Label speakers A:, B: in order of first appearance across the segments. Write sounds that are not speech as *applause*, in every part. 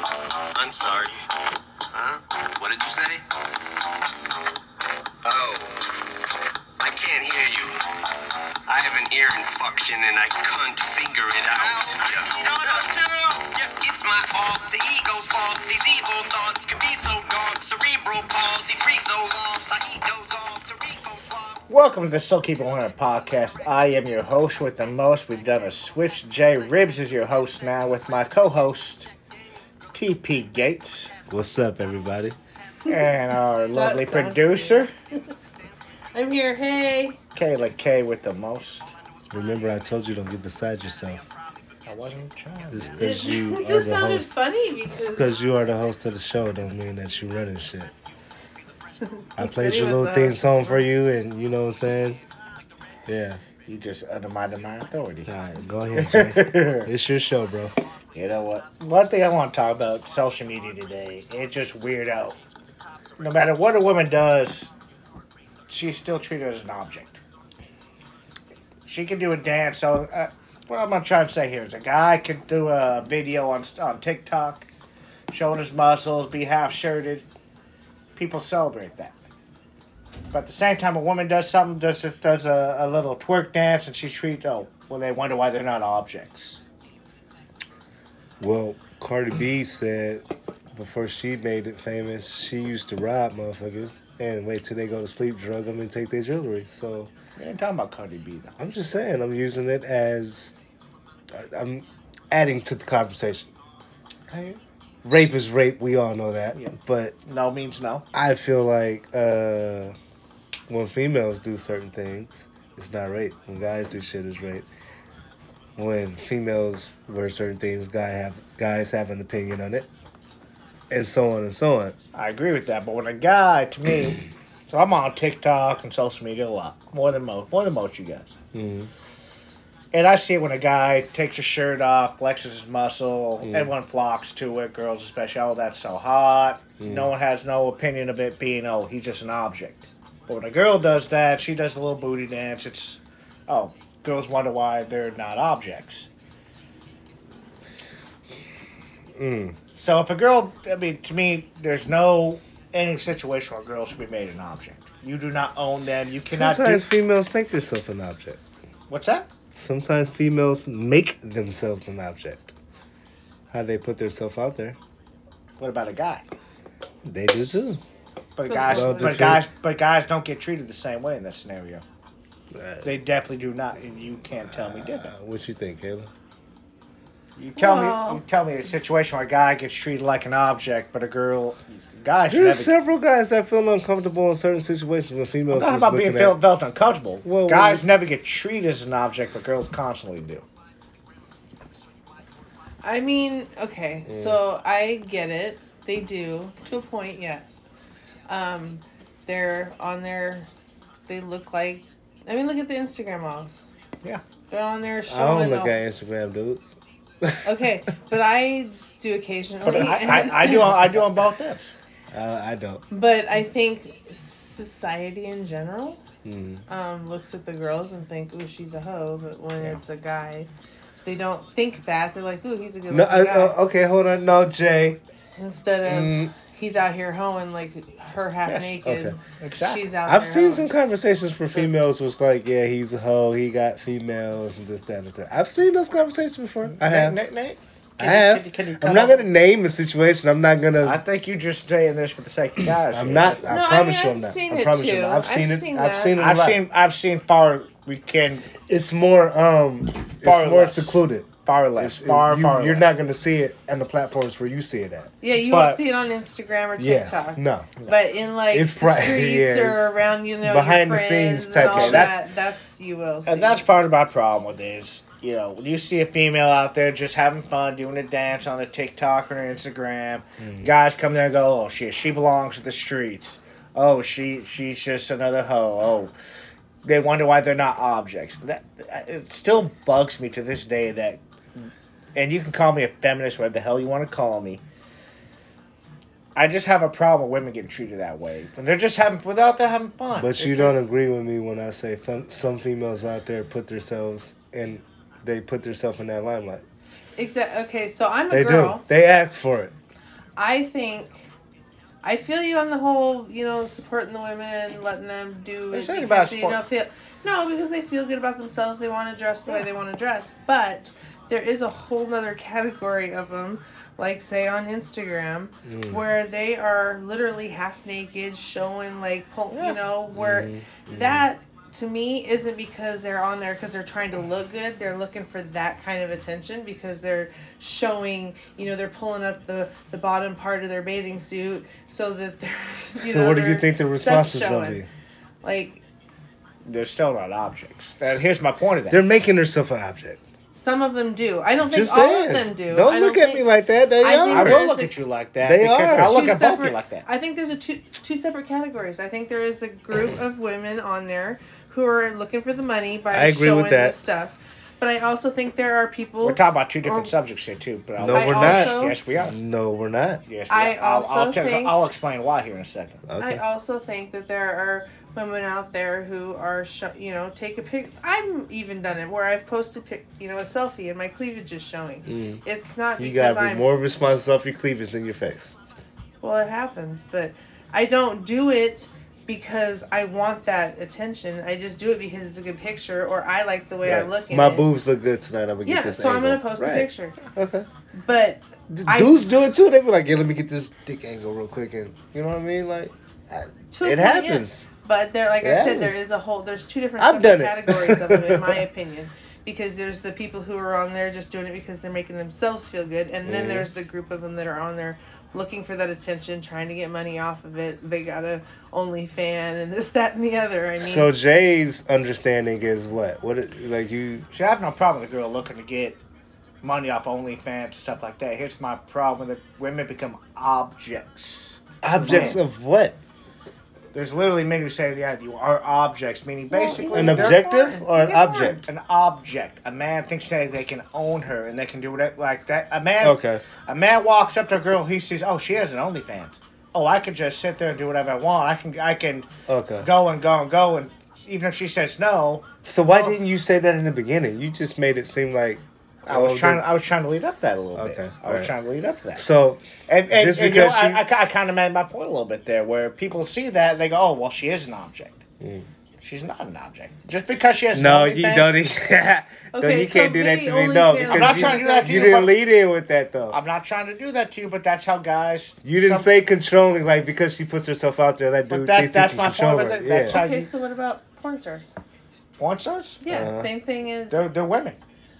A: I'm sorry.
B: Huh? What did you say? Oh. I can't hear you. I have an ear infection and I can't figure it out.
A: No, no, no.
B: It's my alter ego's fault. These evil thoughts can be so dark. Cerebral palsy, three so lost. I eat those off. Terico swap.
C: Welcome to the Still Keep It 100 podcast. I am your host with the most. We've done a switch. Jay Ribs is your host now with my co host, TP Gates,
D: What's up, everybody?
C: and our lovely
E: That sounds
C: producer,
E: good. I'm here. Hey.
C: Kayla K with the most.
D: Remember, I told you don't get beside yourself.
C: I wasn't trying.
D: Just
C: to.
D: because you
E: *laughs* it
D: are
E: just
D: the
E: sounded
D: host,
E: funny
D: just
E: because.
D: 'cause you are the host of the show, don't mean that you running shit. I
E: He
D: played
E: said he
D: your
E: was
D: little
E: the
D: theme
E: host.
D: song for you, and you know what I'm saying? Yeah.
C: You just undermined my authority.
D: All right, go ahead, Jay. *laughs* It's your show, bro.
C: You know what? One thing I want to talk about social media today. It's just weird out. No matter what a woman does, she's still treated as an object. She can do a dance. So uh, what I'm gonna try and say here is a guy can do a video on on TikTok, showing his muscles, be half shirted. People celebrate that. But at the same time, a woman does something, does does a, a little twerk dance, and she's treated. Oh, well, they wonder why they're not objects.
D: Well, Cardi B said before she made it famous, she used to rob motherfuckers and wait till they go to sleep, drug them, and take their jewelry. So
C: We ain't talking about Cardi B though.
D: I'm just saying, I'm using it as I- I'm adding to the conversation. Rape is rape, we all know that.
C: Yeah.
D: But
C: No means no.
D: I feel like uh, when females do certain things, it's not rape. When guys do shit, it's rape. When females wear certain things, guy have guys have an opinion on it, and so on and so on.
C: I agree with that, but when a guy to me, so I'm on TikTok and social media a lot, more than most, more than most you guys.
D: Mm.
C: Mm-hmm. And I see it when a guy takes his shirt off, flexes his muscle,
D: Mm.
C: everyone flocks to it, girls especially. Oh, that's so hot.
D: Mm.
C: No one has no opinion of it being, oh, he's just an object. But when a girl does that, she does a little booty dance. It's, oh, girls wonder why they're not objects.
D: Mm.
C: So if a girl, I mean, to me, there's no any situation where a girl should be made an object. You do not own them. You cannot.
D: Sometimes
C: do,
D: females make themselves an object.
C: what's that?
D: Sometimes females make themselves an object. How they put themselves out there,
C: What about a guy?
D: they do too.
C: But
E: Well,
C: guys,
D: well,
C: but
D: the-
C: guys, but guys don't get treated the same way in this scenario.
D: Uh,
C: They definitely do not, and you can't tell me
D: Uh,
C: different.
D: what you think, Kayla?
C: You tell
E: Well-
C: me, you tell me a situation where a guy gets treated like an object, but a girl, guy should
D: There are
C: never.
D: several guys that feel uncomfortable in certain situations when
C: I'm
D: females.
C: not
D: is
C: about being
D: looking
C: felt,
D: at-
C: felt uncomfortable.
D: Well,
C: guys
D: well-
C: never get treated as an object, but girls constantly do.
E: I mean, okay,
D: Mm.
E: so I get it. They do to a point, yes. Um, they're on their. They look like. I mean, look at the Instagram models.
C: Yeah.
E: They're on there
D: I don't
E: showing.
D: look
E: off-
D: at Instagram, dudes. *laughs*
E: okay, but I do occasionally.
C: But I, I,
E: *laughs*
C: I do, I do on both ends.
D: Uh, I, I don't.
E: But I think society in general
D: Mm.
E: um, looks at the girls and think, "Ooh, she's a hoe," but when
C: Yeah.
E: it's a guy, they don't think that. They're like, "Ooh, he's a good
D: No,
E: looking
D: I,
E: guy."
D: uh, okay, hold on. No, Jay.
E: Instead of
D: Mm,
E: he's out here hoeing like her half
C: Yes,
E: naked,
D: okay.
C: Exactly.
E: she's out.
D: I've
E: there
D: seen
E: hoeing.
D: some conversations for females was like, yeah, he's a hoe, he got females and this, that, and the third. I've seen those conversations before. I have.
C: Nate, Nate,
D: I
C: Can you-
D: have.
C: can you- can you
D: I'm
C: cut
D: not
C: off-
D: gonna name a situation. I'm not gonna.
C: I think you just saying this for the sake of
D: *clears throat*
C: guys.
D: I'm
C: here.
D: not. I
E: No, I
D: promise
E: mean,
D: you,
E: I've
D: I'm not.
E: seen
D: I
E: it
D: promise
E: too.
D: you, I've
E: I've
D: seen it.
E: seen
D: I've
E: that.
D: seen it. a
C: I've
D: lot.
C: seen. I've seen far. We can
D: It's more. Um.
C: Far
D: it's more
C: less.
D: secluded.
C: far less.
D: It's- it's-
C: far,
D: you,
C: far.
D: You're
C: less.
D: not gonna see it on the platforms where you see it at.
E: Yeah, you
C: but-
E: won't see it on Instagram or
D: Yeah.
E: TikTok.
D: No.
E: But in like
D: It's
E: the
D: pri-
E: streets
D: yeah,
E: or
D: it's
E: around, you know,
D: behind the
E: your friends
D: scenes
E: and
D: type
E: all
C: of-
E: that, that's you will. See.
C: And that's part of my problem with it is, you know, when you see a female out there just having fun, doing a dance on the TikTok or Instagram,
D: Hmm.
C: guys come there and go, oh, she she belongs to the streets. Oh, she she's just another hoe. Oh, they wonder why they're not objects. That it still bugs me to this day that, and you can call me a feminist, whatever the hell you want to call me. I just have a problem with women getting treated that way. And they're just having, without they're having fun.
D: But you don't agree with me when I say fem- some females out there put themselves in. They put themselves in that limelight.
E: Exa- okay, so I'm a
D: They
E: girl.
D: do. They ask for it.
E: I think I feel you on the whole, you know, supporting the women, letting them do
C: It's
E: it
C: not
E: because
C: about
E: they
C: sport-
E: don't feel no because they feel good about themselves. They want to dress the way
C: Yeah.
E: they want to dress, but there is a whole nother category of them, like say on Instagram,
D: Mm.
E: where they are literally half naked, showing like, pull,
C: Yeah.
E: you know, where
D: Mhm, mhm.
E: that to me isn't because they're on there because they're trying to look good. They're looking for that kind of attention because they're showing, you know, they're pulling up the, the bottom part of their bathing suit so that they're. *laughs* You
D: so
E: know,
D: what do you
E: their
D: think the response
E: stuff's
D: is gonna
E: showing.
D: be?
E: Like
C: They're still not objects. And here's my point of that.
D: They're making herself an object.
E: some of them do. I don't
D: Just
E: think all
D: saying.
E: of them do.
D: Don't
E: I
D: look at
E: think-
D: me like that. They
E: I
D: are.
C: I
E: think
C: will
E: there's
C: look
E: a-
C: at you like that.
D: They
C: because
D: are.
C: I look
E: two
C: at both of you
E: separate-
C: like that.
E: I think there's a two two separate categories. I think there is
D: *clears throat*
E: the group of women on there who are looking for the money by
D: I agree
E: showing
D: with that.
E: this stuff. But I also think there are people
C: We're talking about two different
E: Or-
C: subjects here too. But I'll,
D: No,
E: I
D: we're not.
E: also-
C: Yes, we are.
D: No, we're not.
C: Yes,
E: I
C: we are. I'll, I'll,
E: also
C: tell-
E: think-
C: I'll explain why here in a second.
D: Okay.
E: I also think that there are women out there who are, sho- you know, take a pic. I've even done it where I've posted, pic, you know, a selfie and my cleavage is showing.
D: Mm.
E: It's not
D: You
E: because
D: got
E: I'm.
D: more responses off your cleavage than your face.
E: well, it happens, but I don't do it because I want that attention. I just do it because it's a good picture or I like the way I
D: Right.
E: look. in
D: My
E: it.
D: boobs look good tonight. I'm gonna get
E: Yeah,
D: this
E: so I'm gonna
D: angle.
E: post
D: right.
E: the picture.
D: Okay.
E: But
D: D-
E: I-
D: Dudes do it too. They be like, yeah, let me get this dick angle real quick, and you know what I mean? Like, I-
E: to a
D: it
E: point, yes.
D: happens.
E: But there, like I
D: Yeah.
E: said, there is a whole. There's two different
D: I've
E: separate
D: done it.
E: categories of them,
D: *laughs*
E: in my opinion. Because there's the people who are on there just doing it because they're making themselves feel good, and then
D: Mhm.
E: there's the group of them that are on there looking for that attention, trying to get money off of it. They got a OnlyFan and this, that, and the other. I mean,
D: So Jay's understanding is what? What it, like you?
C: See, I have no problem with a girl looking to get money off OnlyFans stuff like that. Here's my problem: with it. women become objects.
D: Objects
C: Man.
D: of what?
C: There's literally men who say, "Yeah, you are objects," meaning
E: Well,
C: basically
E: yeah,
D: An
C: they're
E: they're
D: objective
E: foreign.
D: or an
E: They're foreign.
D: object?
C: an object. A man thinks that they can own her and they can do whatever like that. A man,
D: Okay.
C: a man walks up to a girl, he sees, "Oh, she has an OnlyFans. Oh, I can just sit there and do whatever I want. I can, I can
D: Okay.
C: go and go and go and." Even if she says no,
D: So why
C: Oh.
D: didn't you say that in the beginning? You just made it seem like
C: I was
D: Oh,
C: trying.
D: good.
C: I was trying to lead up to that a little bit.
D: Okay,
C: I was
D: alright.
C: trying to lead up to that.
D: so.
C: And, and,
D: Just
C: and, you know,
D: because she-
C: I, I, kind of made my point a little bit there, where people see that and they go, "Oh, well, she is an object.
D: Mm.
C: She's not an object. Just because she has
D: No,
C: an
D: you
C: OnlyFans-
D: don't. e- *laughs* no,
E: Okay,
D: you can't
E: so
D: do that
E: maybe
D: to me. No,
E: OnlyFans-
D: because
E: I'm not
D: you,
E: trying to do that to
D: you
E: you,
D: didn't
C: but-
D: lead in with that though.
C: I'm not trying to do that to you, but that's how guys.
D: you didn't
C: some-
D: say controlling like because she puts herself out there. That
C: But
D: dude
C: that-
D: thinks he
C: that's
D: can
C: my point
D: control
C: with
D: her.
C: it. That's
D: yeah.
C: how-
E: okay. So what about porn stars?
C: wants us.
E: Yeah,
D: Uh-huh.
E: same thing as
C: They're they're women.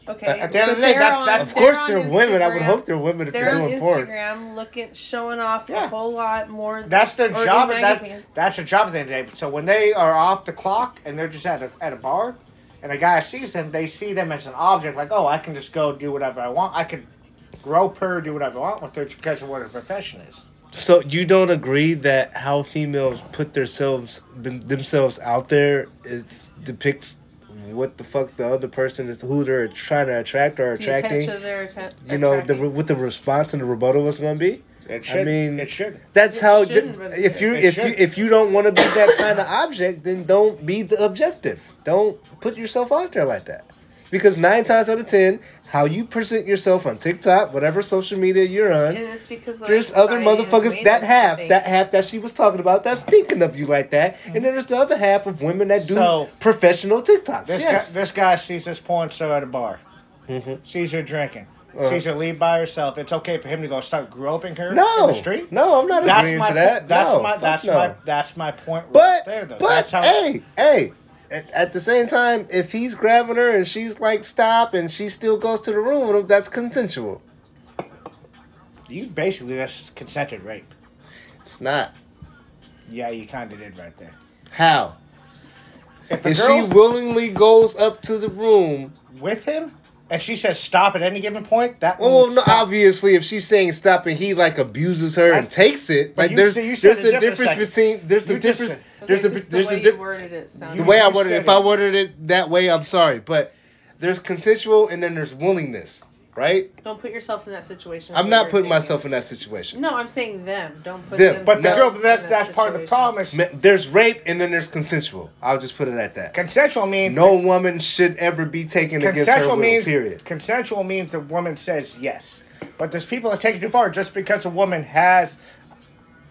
E: okay.
C: at the end of
E: but
C: the day,
E: they're
C: that-
E: on-
C: that-
D: Of course,
E: on
D: they're women. I would
E: Instagram.
D: hope they're women if
E: They're
D: they're
E: on
D: doing porn.
E: Instagram looking, showing off
C: Yeah.
E: a whole lot more.
C: That's their
E: or in
C: job. And
E: magazines.
C: that's that's their job at the end of the day. So when they are off the clock and they're just at a at a bar, and a guy sees them, they see them as an object. Like, oh, I can just go do whatever I want. I can grope her, do whatever I want with her because of what her profession is.
D: So you don't agree that how females put themselves them- themselves out there it depicts what the fuck the other person is who they're trying to attract or
E: the attention
D: attracting.
E: they're atten-
D: You know the
E: attracting.
D: re- what the response and the rebuttal was going to be.
C: It should.
D: mean-
C: it should.
D: That's
E: It
D: how.
E: shouldn't,
D: th-
E: but it
D: if you
C: should. It
D: if you
C: should.
D: if you don't want to be that kind of object, then don't be the objective. Don't put yourself out there like that. Because nine times out of ten, how you present yourself on TikTok, whatever social media you're on,
E: And it's because like,
D: there's other
E: society has
D: motherfuckers
E: made
D: that
E: us
D: half,
E: think-
D: that half that she was talking about, that's thinking of you like that, and then there's the other half of women that do
C: So-
D: professional TikToks.
C: This
D: yes.
C: guy, this guy sees this porn star at a bar,
D: Mhm.
C: sees her drinking,
D: Uh-huh.
C: sees her leave by herself. It's okay for him to go start groping her in
D: No,
C: the street.
D: no, I'm not
C: That's
D: agreeing
C: my,
D: to that.
C: that's
D: No,
C: my
D: fuck
C: that's
D: no.
C: my that's my point right
D: But
C: there though.
D: but
C: that's how
D: hey hey, at, at the same time, if he's grabbing her and she's like stop, and she still goes to the room with him, that's consensual.
C: you basically just consented rape.
D: It's not.
C: Yeah, you kind of did right there.
D: How?
C: If a
D: If
C: girl
D: she willingly goes up to the room,
C: with him and she says stop at any given point, that
D: well,
C: means
D: no,
C: stop.
D: obviously, if she's saying stop and he like abuses her
C: I-
D: and takes it,
C: But
D: like
C: you
D: there's
C: said- you said
D: there's
C: a
D: a
C: different
D: difference between there's a
C: You just
D: difference
E: Okay,
D: there's a
E: just
D: there's a
E: the way you
D: difference.
E: worded it sounded
D: the way I
C: you
D: worded it,
C: said
D: if I
C: it.
D: worded it that way, I'm sorry, but there's consensual and then there's willingness, right?
E: don't put yourself in that situation.
D: I'm not putting myself in that situation.
E: No, I'm saying them. Don't put
D: Them.
E: them.
C: But the
D: No.
C: girl
E: in
C: that's
E: that
C: that's part of the
E: situation.
C: problem is
D: Ma- There's rape and then there's consensual. I'll just put it at that.
C: consensual means
D: No woman should ever be taken against her
C: consensual
D: will.
C: means
D: Period.
C: consensual means the woman says yes. But there's people that take it too far just because a woman has.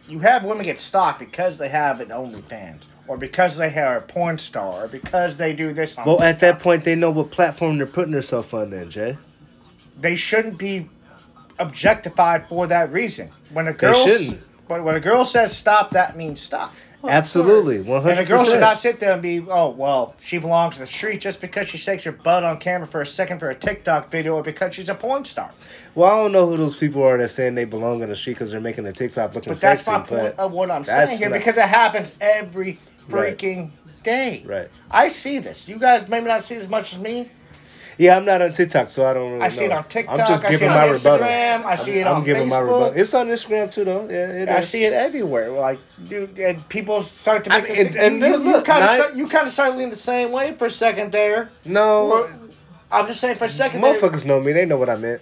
C: You have women get stalked because they have an OnlyFans, or because they are a porn star, or because they do this. on
D: Well, at that
C: TikTok.
D: point, they know what platform they're putting themselves on, then, Jay.
C: they shouldn't be objectified for that reason. When a
D: They
C: girl,
D: shouldn't.
C: But when a girl says stop, that means stop.
E: Well, of
D: Absolutely,
E: course.
D: one
C: And a
D: hundred
C: girl should not
D: percent.
C: sit there and be, oh well, she belongs to the street just because she shakes her butt on camera for a second for a TikTok video, or because she's a porn star.
D: Well, I don't know who those people are that's saying they belong on the street because they're making a TikTok looking
C: But that's
D: sexy.
C: my point
D: but-
C: of what I'm
D: that's
C: saying here
D: what I-
C: because it happens every
D: Right.
C: freaking day.
D: Right.
C: I see this. You guys maybe not see it as much as me.
D: Yeah, I'm not on TikTok, so I don't really.
C: I see it
D: know.
C: on TikTok,
D: Oh, I'm just
C: I see
D: giving
C: it
D: my
C: on
D: rebuttal.
C: Instagram, I
D: I'm-
C: see it
D: I'm
C: on
D: giving my
C: Facebook.
D: rebuttal. It's on Instagram too, though. Yeah, it
C: I
D: is.
C: see it everywhere. Like, dude, and people start to
D: I
C: make.
D: mean,
C: this-
D: and- and
C: you,
D: look,
C: kind
D: nine-
C: of you kind of start leaning the same way for a second there.
D: No,
C: I'm just saying for a second. there-
D: motherfuckers know me. They know what I meant.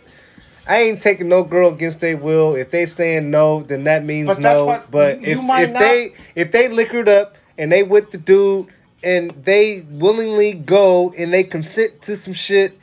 D: I ain't taking no girl against their will. If they saying no, then that means
C: But that's
D: no.
C: what-
D: but
C: you
D: if,
C: might
D: if
C: not-
D: they if they liquored up and they with the dude and they willingly go and they consent to some shit,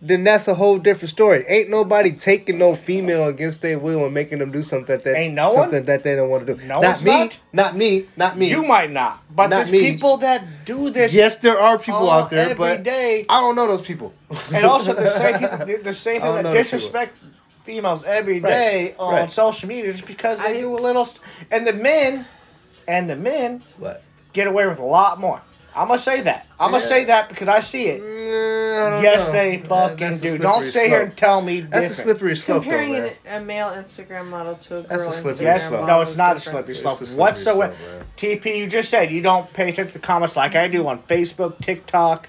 D: then that's a whole different story. Ain't nobody taking no female against their will and making them do something that they
C: Ain't no
D: something
C: one?
D: that they don't want to do.
C: No
D: not
C: one's
D: me,
C: not.
D: me, not me.
C: You might not, but
D: Not
C: there's
D: me.
C: people that do this.
D: yes, there are people
C: all
D: out there,
C: every
D: but
C: day.
D: I don't know those people.
C: and also the
D: *laughs*
C: same people, the- the same
D: I
C: people
D: don't
C: that
D: know those
C: disrespect females every
D: Right.
C: day on
D: Right.
C: social media just because they
E: I-
C: do a little. s- And the men, and the men
D: What?
C: get away with a lot more. I'm gonna say that. I'm gonna
D: Yeah.
C: say that because I see it. Yes, they fucking do. Don't sit here and tell me
D: That's a
C: different.
D: slippery slope.
E: Comparing
D: though,
E: an,
D: man.
E: a male Instagram model to a girl
D: That's a slippery
E: Instagram
C: Yes,
D: slope.
E: model
C: no, it's
E: is
C: not a
E: different.
C: slippery
D: It's
C: slope
D: a slippery
C: whatsoever.
D: slope, man.
C: TP, you just said you don't pay attention to the comments like I do on Facebook, TikTok,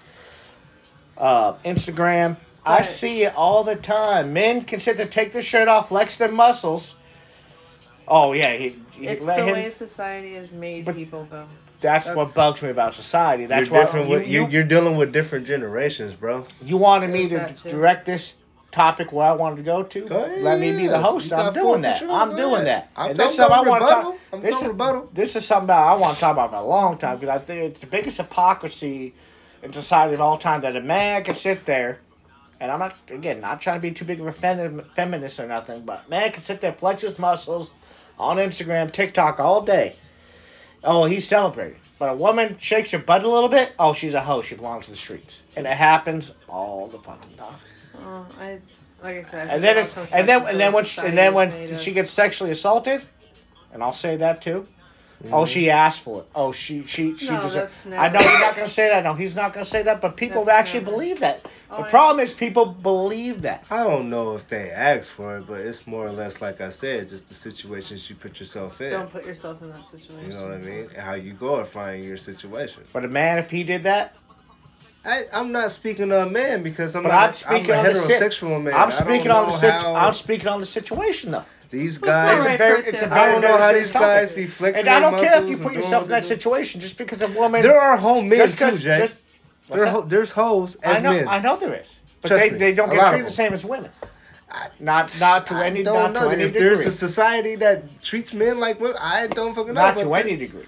C: uh, Instagram. I
E: Right.
C: see it all the time. Men can sit there, take their shirt off, flex their muscles. Oh yeah, he, he
E: It's
C: let
E: the
C: him.
E: way society has made
C: But-
E: people go.
C: that's,
E: that's-
C: what bugs me about society. That's
D: you're
C: why
D: different
C: you,
D: with, you,
C: you,
D: are you're dealing with different generations, bro.
C: you wanted me
E: There's
C: to
E: that too.
C: direct this topic where I wanted to go to.
D: Go ahead,
C: Let me be
D: yeah.
C: the host.
D: You
C: I'm
D: got
C: doing
D: full
C: that.
D: control,
C: I'm
D: go
C: doing
D: ahead.
C: that.
D: I'm
C: And this
D: talking
C: is something I
D: about
C: want to
D: rebuttal.
C: talk.
D: I'm
C: this,
D: talking
C: is,
D: rebuttal.
C: this is something that I want to talk about for a long time because I think it's the biggest hypocrisy in society of all time that a man can sit there. And I'm not again not trying to be too big of a fem- feminist or nothing, but man can sit there flex his muscles on Instagram, TikTok all day. Oh, he's celebrating. But a woman shakes her butt a little bit. Oh, she's a hoe. She belongs to the streets, and it happens all the fucking time.
E: Oh, I, like I said. I
C: And
E: think
C: then,
E: it all
C: it,
E: comes
C: and
E: back
C: then,
E: to
C: and then when, she, and then
E: society
C: when
E: has
C: she
E: made us.
C: gets sexually assaulted, and I'll say that too.
D: Mm-hmm.
C: Oh, she asked for it. Oh, she, she, she
E: No,
C: deserves.
E: that's
C: I know
E: never-
C: you're not gonna say that. No, he's not gonna say that. But people
E: That's
C: actually
E: never-
C: believe that.
E: Oh,
C: the
E: I-
C: problem is people believe that.
D: I don't know if they asked for it, but it's more or less like I said, just the situations you put yourself in.
E: Don't put yourself in that situation.
D: you know what I mean? And how you glorifying your situation.
C: But a man, if he did that,
D: I, I'm not speaking on man because I'm
C: but
D: not
C: I'm speaking
D: I'm a
C: on the sit-
D: heterosexual man.
C: I'm
D: I don't
C: speaking on the
D: know
C: sit-
D: how
C: I'm speaking on the situation though.
D: These
E: All
D: guys
E: right,
C: it's a very,
E: Kristen.
C: it's a very
D: I don't know how
C: very
D: these
C: serious
D: guys
C: topic.
D: be flexing.
C: And I
D: their
C: don't care if you
D: muscles
C: put
D: and doing
C: yourself in
D: what
C: that
D: they do.
C: situation just because a woman.
D: There are home men
C: just
D: too,
C: 'cause-
D: Jay.
C: just- what's
D: There are
C: that?
D: ho- there's hoes as
C: I know,
D: men.
C: I know there is, but
D: Trust
C: they,
D: me,
C: they
D: a
C: don't
D: lot
C: get
D: of
C: treated the
D: them.
C: same as women. Not not to
D: I
C: any
D: don't
C: not
D: know.
C: to any
D: if
C: degree.
D: there's a society that treats men like women, I don't fucking know.
C: not
D: but
C: to any degree.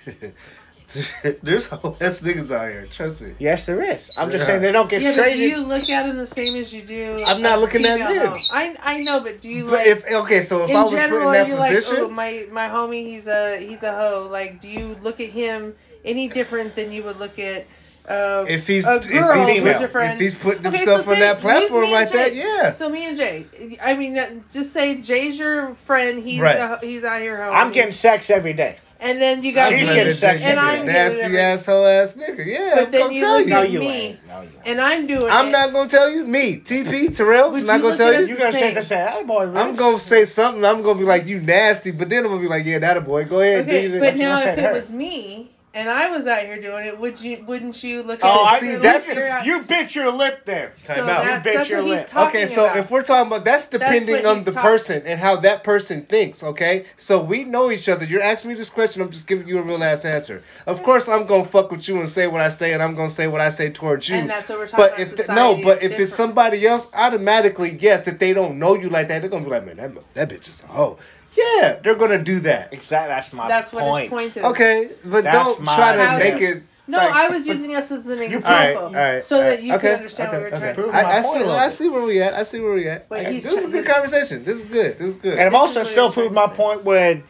D: *laughs* there's whole ass niggas out here. Trust me.
C: Yes, there is. I'm just
D: Yeah.
C: saying they don't get
E: yeah, but do
C: traded.
E: you look at him the same as you do?
D: I'm not
E: a
D: looking at
E: female
D: men.
E: hoe? I, I know, but do you
D: But
E: like?
D: if okay, so if
E: in
D: I was
E: general,
D: put in that
E: are you like,
D: position,
E: oh, my my homie, he's a he's a hoe. Like, do you look at him any different than you would look at? Uh,
D: if he's
E: a
D: if he's,
E: girl
D: put-
E: who's your
D: if
E: friend?
D: he's putting
E: Okay,
D: himself
E: so
D: on
E: say-
D: that
E: use
D: platform
E: me and
D: like that,
E: Jay.
D: yeah.
E: So me and Jay, I mean, that- just say Jay's your friend. He's
D: Right.
E: a, he's out here hoeing.
C: I'm getting sex every day.
E: and then you got
C: She's
E: me,
C: getting sex
E: and I'm getting
D: nasty
E: it every-
D: asshole ass nigga. Yeah,
E: But
D: I'm
E: then
D: gonna
E: you
D: tell
E: look
D: you.
C: No,
E: at
C: you
E: me.
C: ain't. No, you ain't.
E: and I'm doing.
D: I'm
E: it.
D: not gonna tell you. Me, TP Terrell,
E: Would
D: is not
E: you
D: gonna
E: look
D: tell
E: at
D: you.
E: us
C: You're gonna
E: Same.
C: sit there and say, "That boy." Rich.
D: I'm gonna say something. I'm gonna be like, you nasty, but then I'm gonna be like, yeah, that a boy. Go ahead.
E: Okay,
D: do your
E: but
D: thing.
C: you gonna
E: now if
C: say
E: it
C: to her?
E: was me and I was out here doing it, would you? Wouldn't you look at?
C: Oh, I
E: it
D: See,
E: and
D: that's-
E: look at-
C: you bit your lip there.
E: So
D: Time out.
E: that's,
C: You bit
E: that's
C: your
E: what he's
C: lip.
E: talking
D: okay, so
E: about.
D: if we're talking about that's
E: what
D: depending on
E: he's
D: the
E: talk-
D: person and how that person thinks, okay? So we know each other. You're asking me this question, I'm just giving you a real ass answer. Of course I'm gonna fuck with you and say what I say and I'm gonna say what I say towards you.
E: And that's what we're talking
D: but
E: about.
D: if th-
E: Society
D: no,
E: is
D: but if
E: different.
D: it's somebody else, automatically yes, if they don't know you like that, they're gonna be like, Man, that, mo- that bitch is a hoe. Yeah, they're gonna do that.
C: Exactly. That's my
E: that's what
C: point.
E: his point is.
D: Okay, but
C: That's
D: don't
C: my
D: try to
E: How-
D: make it
E: No,
D: Like,
E: I was
D: but-
E: using us as an
C: All
E: example.
C: right,
D: all right,
E: so
D: all
E: that
D: right.
E: you
D: Okay,
E: can understand
D: okay,
E: what we were
D: okay.
E: trying to
C: Prove
E: say.
D: I, I
C: my point
D: see.
C: a
D: I
C: little
D: see where we at. I see where we at.
E: But
D: I-
E: he's
D: this is a
E: trying-
D: good conversation. This is good. This is good. *laughs*
C: And I've
E: This is
C: also
E: what
C: still
E: he's trying
C: proved
E: to
C: my
E: say.
C: point when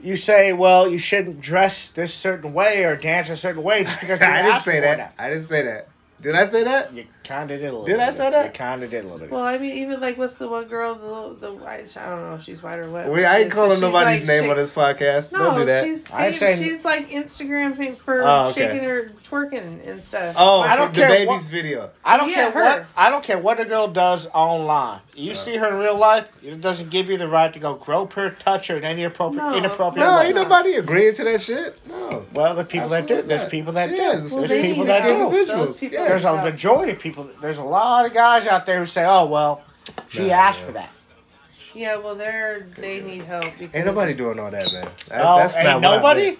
C: you say, well, you shouldn't dress this certain way or dance a certain way just because you're
D: *laughs* I didn't
C: asked
D: say
C: for
D: that. I didn't say that. Did I say that?
C: You kind of did a little
D: Did
C: bit.
D: I say that?
C: You kind of did a little bit.
E: Well, I mean, even like, what's the one girl, the little- the white? I don't know if she's white or what.
D: Wait, I ain't
E: But
D: calling
E: she's
D: nobody's
E: like
D: name
E: shak-
D: on this podcast.
E: No,
D: Don't do that.
E: she's
C: I ain't
E: famous.
C: saying-
E: she's like Instagram fame for
D: Oh, okay.
E: shaking her twerking and stuff.
D: oh,
C: I don't
D: the
C: care
D: baby's
C: what-
D: video.
C: I don't
E: Yeah,
C: care
E: her.
C: what I don't care what a girl does online. You
D: Yeah.
C: see her in real life, it doesn't give you the right to go grope her, touch her in any appropriate
E: No.
C: inappropriate
D: No,
C: way.
D: ain't nobody agreeing to that shit. No.
C: Well, the people that do.
D: Absolutely
C: There's
D: not.
C: people that
D: Yeah,
C: do.
D: it's
C: There's
E: Well, they
C: people
E: need
C: that
E: to help
C: do.
D: individuals.
E: those people
D: Yeah.
C: There's a
E: Yeah.
C: majority of people. There's a lot of guys out there who say, "Oh well, she
D: Nah,
C: asked
D: yeah.
C: for that."
E: Yeah, well, they're they need help because
D: Ain't nobody doing all that, man. That-
C: oh,
D: that's
C: ain't
D: not what I
C: nobody.
D: meant.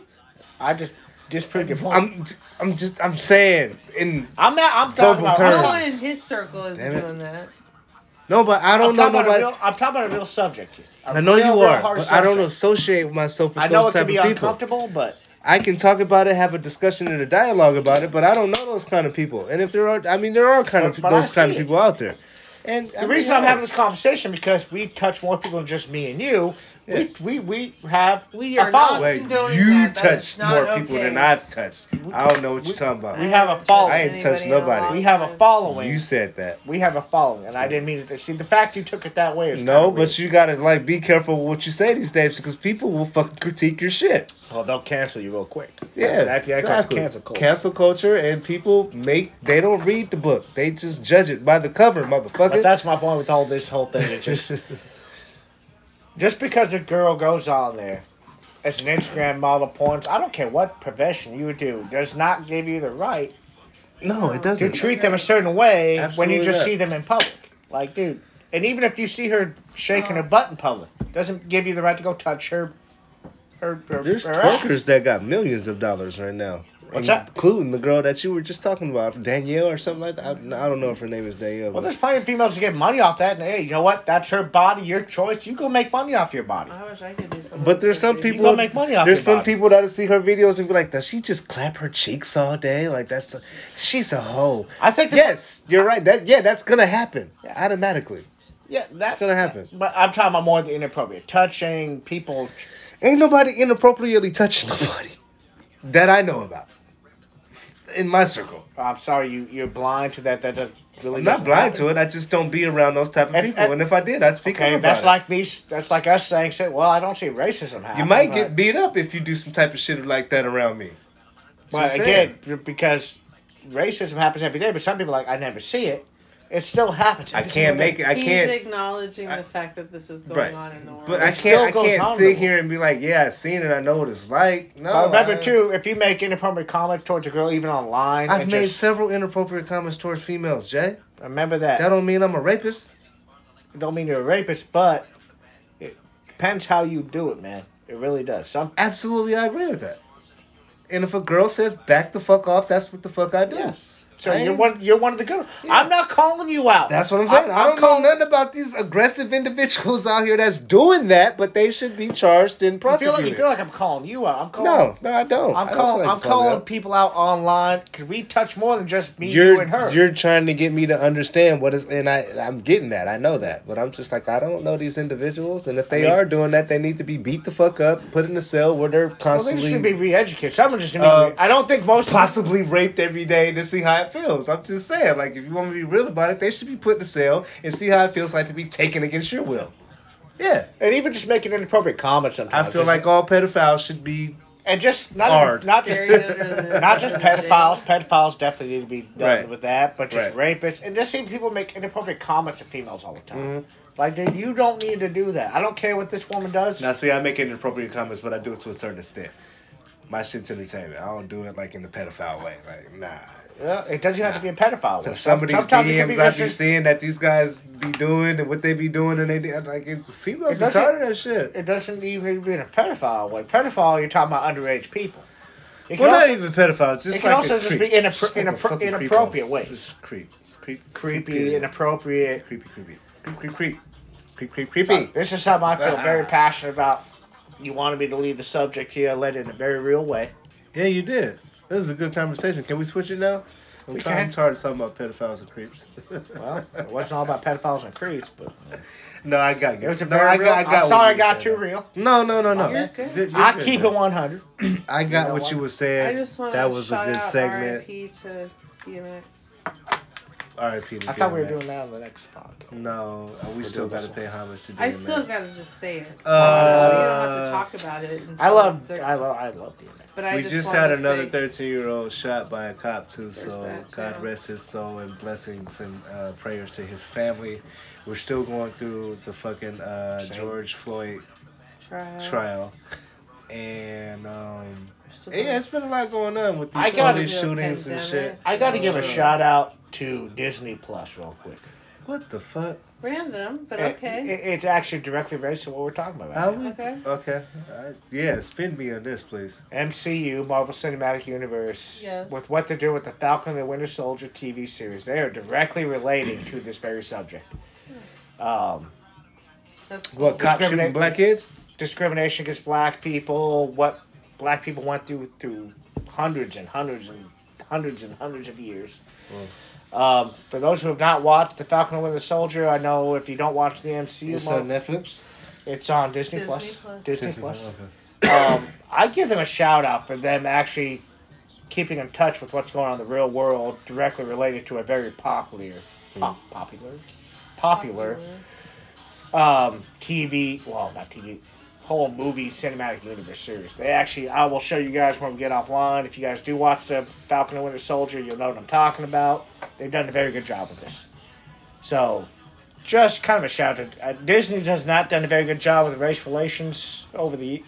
C: I, just disproved your point. I'm,
D: I'm, I'm just, I'm saying. In
C: not. I'm talking
D: Verbal
C: about.
E: No
D: terms.
E: one in his circle is
D: Damn it.
E: doing that.
D: no, but I
C: I'm
D: don't know
C: talking, about a
D: nobody.
C: real, I'm talking about a real subject. here. A
D: I know
C: real,
D: you
C: real
D: are,
C: hard
D: but I don't
C: subject.
D: associate myself with
C: I know
D: those
C: it can
D: type
C: be
D: of people.
C: uncomfortable, but
D: I can talk about it, have a discussion and a dialogue about it, but I don't know those kind of people. And if there are, I mean, there are kind
C: But-
D: of
C: but I
D: those kind of
C: see it.
D: people out there. And I
C: the
D: mean,
C: reason I'm
D: yeah.
C: having this conversation because we touch more people than just me and you.
D: Yes.
C: We, we we have
E: We
C: a
E: are
C: following.
E: not
D: Wait,
E: condoning
D: you
E: that. That is
D: touched more
E: not
D: people
E: okay.
D: than I've touched. I don't know what you're talking about.
C: we have a following.
D: I ain't touched nobody.
C: we have a following.
D: you said that.
C: we have a following, and I didn't mean it. See, the fact you took it that way is
D: No,
C: kinda
D: but
C: weird.
D: you gotta like be careful with what you say these days because people will fucking critique your shit.
C: well, Oh, they'll cancel you real quick.
D: Yeah,
C: that's, that's
D: exactly.
C: cancel culture.
D: Cancel culture and people make they don't read the book. They just judge it by the cover,
C: But
D: motherfucker.
C: that's my point with all this whole thing. It's *laughs* just
D: *laughs*
C: just because a girl goes on there as an Instagram model, porn, I don't care what profession you do, does not give you the right
D: no, it doesn't.
C: to treat them a certain way when
D: Absolutely
C: you just
D: not.
C: see them in public. Like, dude, and even if you see her shaking her butt in public, doesn't give you the right to go touch her. Her, her,
D: There's
C: her ass.
D: twerkers that got millions of dollars right now.
C: What's that?
D: Including the girl that you were just talking about, Danielle or something like that. I, I don't know if her name is Danielle.
C: Well,
D: but
C: there's plenty of females who get money off that, and hey, you know what? That's her body, your choice. You go make money off your body.
E: I wish I could do something.
D: But there's
E: like
D: some
E: that.
D: people
C: gonna make money off
D: There's
C: your
D: some
C: body.
D: people that'll see her videos and be like, "Does she just clap her cheeks all day? Like that's a, she's a hoe."
C: I think that-
D: yes, you're right. That yeah, that's gonna happen
C: Yeah.
D: automatically.
C: Yeah,
D: That's
C: that's
D: gonna happen.
C: But I'm talking about more the inappropriate touching people.
D: Ain't nobody inappropriately touching nobody that I know about in my circle.
C: I'm sorry, you you're blind to that. That doesn't really.
D: I'm not blind to it. I just don't be around those type of
C: And-
D: people.
C: and-
D: And if I did, I'd speak
C: Okay,
D: up about
C: that's
D: it.
C: like me. That's like us saying, "Say, well, I don't see racism happening."
D: you might
C: but-
D: get beat up if you do some type of shit like that around me.
C: But
D: Just
C: again, b- because racism happens every day, but some people are like I never see it. It still happens.
D: I can't make it. I
E: He's
D: can't.
E: acknowledging
D: I-
E: the fact that this is going
D: Right.
E: on in the world.
D: But I
C: still
D: can't. I
C: goes
D: can't
C: on
D: sit
C: though.
D: here and be like, "Yeah, I've seen it. I know what it's like." No.
C: But remember
D: I-
C: too, if you make inappropriate comments towards a girl, even online,
D: I've
C: it
D: made
C: just-
D: several inappropriate comments towards females, Jay.
C: remember that.
D: That don't mean I'm a rapist.
C: don't mean you're a rapist, but it depends how you do it, man. It really does. Some
D: Absolutely, I agree with that. And if a girl says "back the fuck off," that's what the fuck I do.
C: Yes. So
D: I
C: you're
D: ain't-
C: one. You're one of the good.
D: Yeah.
C: I'm not calling you out.
D: That's what I'm saying. I, don't know nothing about these aggressive individuals *laughs* out here that's doing that, but they should be charged and
C: You feel, like,
D: prosecuted.
C: you feel like I'm calling you out. I'm calling.
D: no, no, I don't.
C: I'm
D: I don't
C: calling.
D: feel like
C: I'm calling
D: out.
C: people out online because we touch more than just me, you
D: you're
C: and her.
D: you're trying to get me to understand what is, and I I'm getting that. I know that, but I'm just like I don't know these individuals, and if they
C: mean-
D: are doing that, they need to be beat the fuck up, put in a cell where they're
C: well, they just
D: constantly
C: gonna be re-educated. Someone just. Gonna be
D: Uh,
C: re- I don't think most.
D: possibly raped every day to see how it feels. I'm just saying, like if you want to be real about it, they should be put in the cell and see how it feels like to be taken against your will. Yeah,
C: and even just making inappropriate comments
D: I
C: sometimes.
D: feel
C: is-
D: like all pedophiles should be
C: and just not
D: Hard.
C: even, not just
E: Buried under
D: *laughs*
E: the-
C: not just pedophiles. Pedophiles definitely need to be done
D: Right.
C: with that, but just rapists and just seeing people make inappropriate comments to females all the time.
D: Mm-hmm.
C: Like, dude, you don't need to do that. I don't care what this woman does.
D: Now, see, I make inappropriate comments, but I do it to a certain extent. My shit's entertainment. I don't do it like in the pedophile way. Like, nah.
C: Well, it doesn't have to be a pedophile. Some-
D: Some- Somebody's
C: sometimes it could be
D: DMs I be
C: just-
D: seeing that these guys be doing and what they be doing, and they do, like it's females
C: It
D: is
C: doesn't-
D: tired of that shit.
C: It doesn't even need to be a pedophile. When pedophile, you're talking about underage people. It can
D: Well,
C: also,
D: not even pedophiles. Just
C: it can
D: like
C: also
D: a
C: just
D: creep.
C: be inappro-
D: Just like a
C: inappro-
D: fucking creepo.
C: inappropriate ways.
D: Just creep, creep,
C: creepy, inappropriate.
D: creepy, creepy, creep, creep, creep, creep, creep, creepy.
C: This is something I feel *laughs* very passionate about. You wanted me to leave the subject here, led in a very real way.
D: Yeah, you did. This is a good conversation. Can we switch it now? I'm,
C: We
D: ti- I'm
C: can.
D: tired of talking about pedophiles and creeps. *laughs*
C: Well, it wasn't all about pedophiles and creeps, but uh,
D: No, I got you.
C: it was a
D: no,
C: very
D: I
C: real-
D: got, I got
C: I'm
D: what
C: sorry, I
D: you
C: got
D: said.
C: too real.
D: No, no, no, no.
E: You're good.
D: You're
C: I
D: good,
C: keep
D: man.
C: it 100.
D: *clears throat* I got
C: You know
D: what
C: what?
D: you were
E: I
D: saying.
E: just want
D: that
E: to
D: was a
E: shout
D: good
E: out
D: segment.
E: RIP to DMX.
D: R.I.P. to
C: I thought we were
D: DMX.
C: doing that on the next spot.
D: No, uh, we
C: We're
D: still
C: doing
D: gotta
C: this
D: pay homage to DMX.
E: I still gotta just say it.
D: Uh,
E: you don't have to talk about it. until
C: I love,
E: Thursday.
C: I love, I love doing that.
E: But I
D: we
E: just,
D: just,
E: wanna
D: had another
E: say-
D: 13-year-old shot by a cop too,
E: There's
D: so
E: that,
D: God
E: yeah.
D: rest his soul and blessings and uh, prayers to his family. We're still going through the fucking uh,
C: Same.
D: George Floyd
E: trial.
D: trial, and um,
E: Still
D: yeah, it's been a lot going on with
C: I
D: these, all
C: gotta
D: these
E: do a
D: shootings and shit. Uh,
E: pandemic.
C: I got to give a
D: Sure.
C: shout out to Disney Plus real quick.
D: What the fuck?
E: random, but
C: It-
E: okay.
C: it- it's actually directly related to what we're talking about.
D: How
C: now.
D: we?
E: Okay.
D: Okay. I, yeah, spin me on this, please.
C: MCU, Marvel Cinematic Universe,
E: Yes.
C: with what they're doing with the Falcon and the Winter Soldier TV series, they are directly relating to this very subject. Um,
E: That's cool.
D: What cop shooting
C: Discriminate-
D: black kids?
C: discrimination against black people, what black people went through through hundreds and hundreds and hundreds and hundreds of years. Um, for those who have not watched The Falcon and the Winter Soldier, I know if you don't watch the MCU,
D: It's
C: Marvel-
D: on Netflix.
C: It's on Disney,
E: Disney
C: Plus.
E: Plus.
C: Disney Plus.
D: *laughs* Okay.
C: um, I give them a shout out for them actually keeping in touch with what's going on in the real world, directly related to a very popular, pop, popular, popular um, TV. Well, not TV. Whole movie cinematic universe series. They actually, I will show you guys when we get offline. If you guys do watch the Falcon and Winter Soldier, you'll know what I'm talking about. They've done a very good job with this. So, just kind of a shout out. Uh, Disney has not done a very good job with race relations over the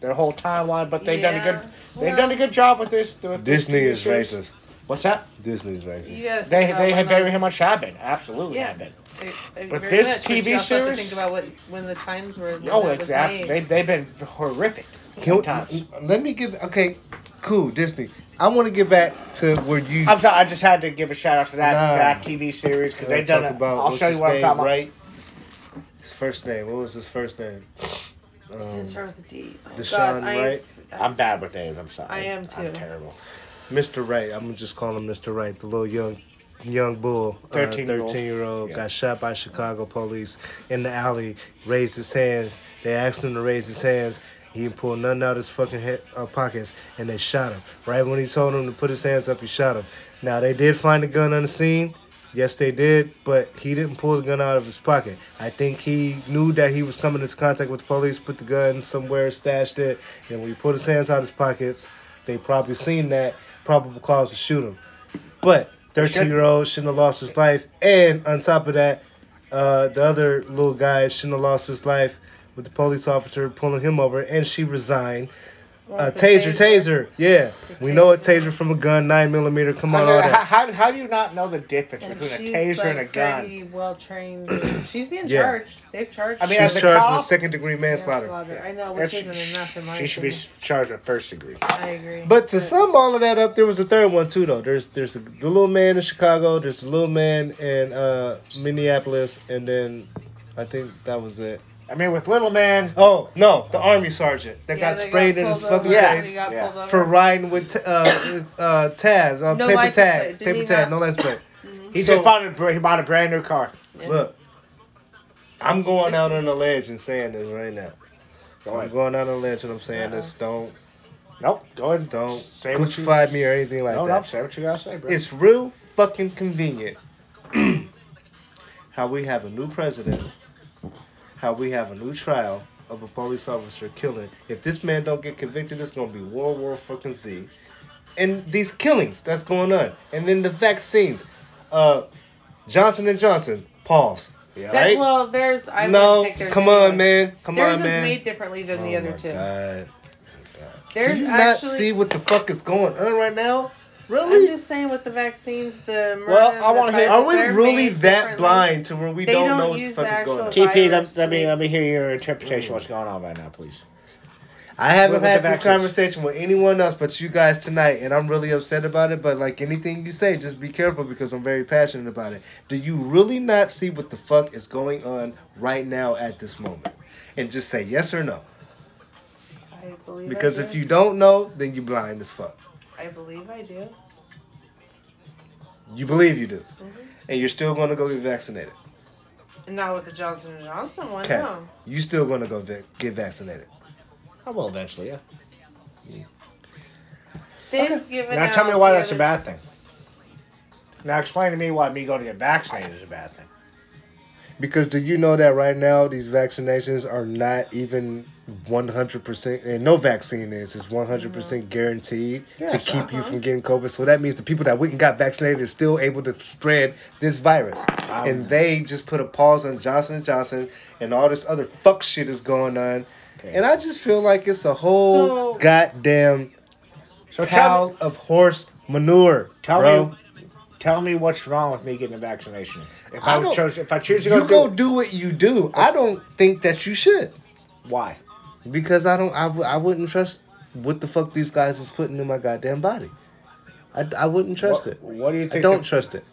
C: their whole timeline, but they've done a good
E: Yeah,
C: they've done a
E: well-
C: good job with this. with this
D: Disney
C: TV
D: is
C: series.
D: racist.
C: What's that?
D: Disney is racist.
E: You gotta
C: They
E: think about
C: they
E: Oh, when
C: have very
E: those-
C: much have been absolutely
E: Yeah.
C: have been.
E: eh,
C: But
E: very
C: this
E: much, but
C: TV
E: you also have to
C: series-
E: think about what when the times were. When
C: Oh,
E: that was
C: exactly.
E: made.
C: They they've been horrific.
D: Can we,
C: times.
D: l- let me give. Okay, cool, Disney. I want to get back to where you.
C: I'm sorry, I just had to give a shout out to that
D: Nah.
C: that TV series because
D: Can I
C: they've done
D: talk
C: it. I'll
D: what's
C: show you
D: his
C: what I'm
D: name,
C: talking about.
D: Right. His first name. What was his first name?
E: Didn't
D: Um,
E: start with a D. Oh,
D: Deshaun
E: God, I am-
D: Wright?
C: I'm bad with names. I'm sorry.
E: I am too.
C: I'm terrible.
D: Mr. Wright. I'm gonna just call him Mr. Wright. The little young, young bull.
C: 13-year-old.
D: year old
C: Yeah.
D: got shot by Chicago police in the alley. Raised his hands. They asked him to raise his hands. He didn't pull nothing out of his fucking head, uh, pockets, and they shot him. Right when he told him to put his hands up, he shot him. Now they did find a gun on the scene. Yes, they did, but he didn't pull the gun out of his pocket. I think he knew that he was coming into contact with the police, put the gun somewhere, stashed it, and when he pulled his hands out of his pockets, they probably seen that, probable cause to shoot him. But 13 year old shouldn't have lost his life, and on top of that, uh, the other little guy shouldn't have lost his life with the police officer pulling him over, and she resigned.
E: Well,
D: Uh,
E: the
D: taser, taser, yeah.
E: The
D: We know a
E: taser.
D: taser from a gun, nine millimeter. Come
C: I *laughs*
D: on,
C: was
D: all
C: like,
D: that.
C: how, how, how do you not know the difference
E: And
C: between a
E: she's,
C: taser and a
E: like,
C: gun?
E: Pretty well
D: *clears throat*
E: trained. She's being
D: Yeah.
E: charged. They've charged.
C: I mean,
E: her
C: as
D: She's
C: a
D: charged
C: cop-
D: with second degree manslaughter.
E: manslaughter. I know,
C: If
E: which isn't enough in my
C: she should be
E: opinion.
C: charged with first degree.
E: I agree.
D: But to sum all of that up, there was a third one too, though. There's there's a, the little man in Chicago, there's the little man in uh, Minneapolis, and then I think that was it.
C: I mean, with little man,
D: Oh no, the army sergeant that
E: Yeah,
D: got
E: they
D: sprayed in
E: pulled
D: his fucking
E: over,
C: Yeah.
E: they
D: face
E: got
C: Yeah.
E: pulled over.
D: for riding with t- uh, uh, tabs on
E: No
D: paper
E: license
D: tag,
E: plate. Did he
D: paper tag,
E: not-
D: no license plate.
E: Mhm.
C: he
D: So-
C: just bought a br- he bought a brand new car.
E: Yeah.
D: Look, I'm going out on a ledge and saying this right now.
C: Go
D: I'm
C: ahead.
D: going out on a ledge and I'm saying this. Don't
C: Nope. Go ahead.
D: don't
C: say what you.
D: crucify me or anything like
C: no,
D: that.
C: no. Say what you gotta say, bro.
D: It's real fucking convenient *clears throat* how we have a new president, how we have a new trial of a police officer killing. If this man don't get convicted, it's gonna be World War fucking Z. And these killings that's going on, and then the vaccines. Uh, Johnson and Johnson. Pause.
C: yeah.
E: That-
D: right?
E: Well, there's. I
D: no,
E: wouldn't take theirs
D: come
E: anyway.
D: on, man. Come
E: theirs
D: on,
E: is
D: man.
E: made differently than the
D: Oh
E: other
D: my
E: two.
D: God.
E: There's
D: Do you
E: actually.
D: not see what the fuck is going on right now? Really?
E: I'm just saying with the vaccines, the
C: Well,
E: Moderna,
C: I wanna
E: the
C: hear-
E: Pfizer,
D: Are we
E: they're
D: really
E: made
D: that
E: differently.
D: blind to where we
E: They
D: don't,
E: don't
D: know what the
E: use
D: fuck
E: the
D: is going on?
E: actual-
C: TP, let,
E: virus
C: let me
E: leak.
C: let me hear your interpretation.
D: Mm.
C: of What's going on right now, please?
D: I
C: What
D: haven't
C: about
D: had
C: the
D: this
C: vaccines?
D: conversation with anyone else but you guys tonight, and I'm really upset about it. But like anything you say, just be careful because I'm very passionate about it. Do you really not see what the fuck is going on right now at this moment? And just say yes or no.
E: I believe I
D: Because
E: do.
D: if you don't know, then you blind as fuck.
E: I believe I do.
D: You believe you do,
E: Mhm.
D: and you're still going to go get vaccinated.
E: And Not with the Johnson and Johnson one,
D: Okay.
E: no.
D: You still going to go vac- get vaccinated.
C: I will eventually, yeah.
E: They've
C: Okay.
E: given
C: Now tell me
E: out
C: why
E: the
C: that's a
E: other-
C: bad thing. Now explain to me why me going to get vaccinated is a bad thing.
D: Because do you know that right now these vaccinations are not even 100% and no vaccine is it's 100%
C: Mm-hmm.
D: guaranteed
C: Yes,
D: to keep you
E: uh-huh.
D: from getting covid so that means the people that went and got vaccinated are still able to spread this virus
C: I'm-
D: and they just put a pause on johnson & johnson and all this other fuck shit is going on
C: Okay.
D: and i just feel like it's a whole
E: So-
D: goddamn
C: so tell
D: pile
C: me,
D: of horse manure
C: tell
D: bro.
C: me, tell me what's wrong with me getting a vaccination. If
D: I
C: I,
D: don't-
C: chose, if I choose to
D: you
C: go,
D: go
C: do,
D: do what you do i don't think that you should
C: why?
D: Because I don't, I, w- I wouldn't trust what the fuck these guys is putting in my goddamn body. I, I wouldn't trust
C: what,
D: it.
C: What do you think?
D: I don't
C: they're-
D: trust it.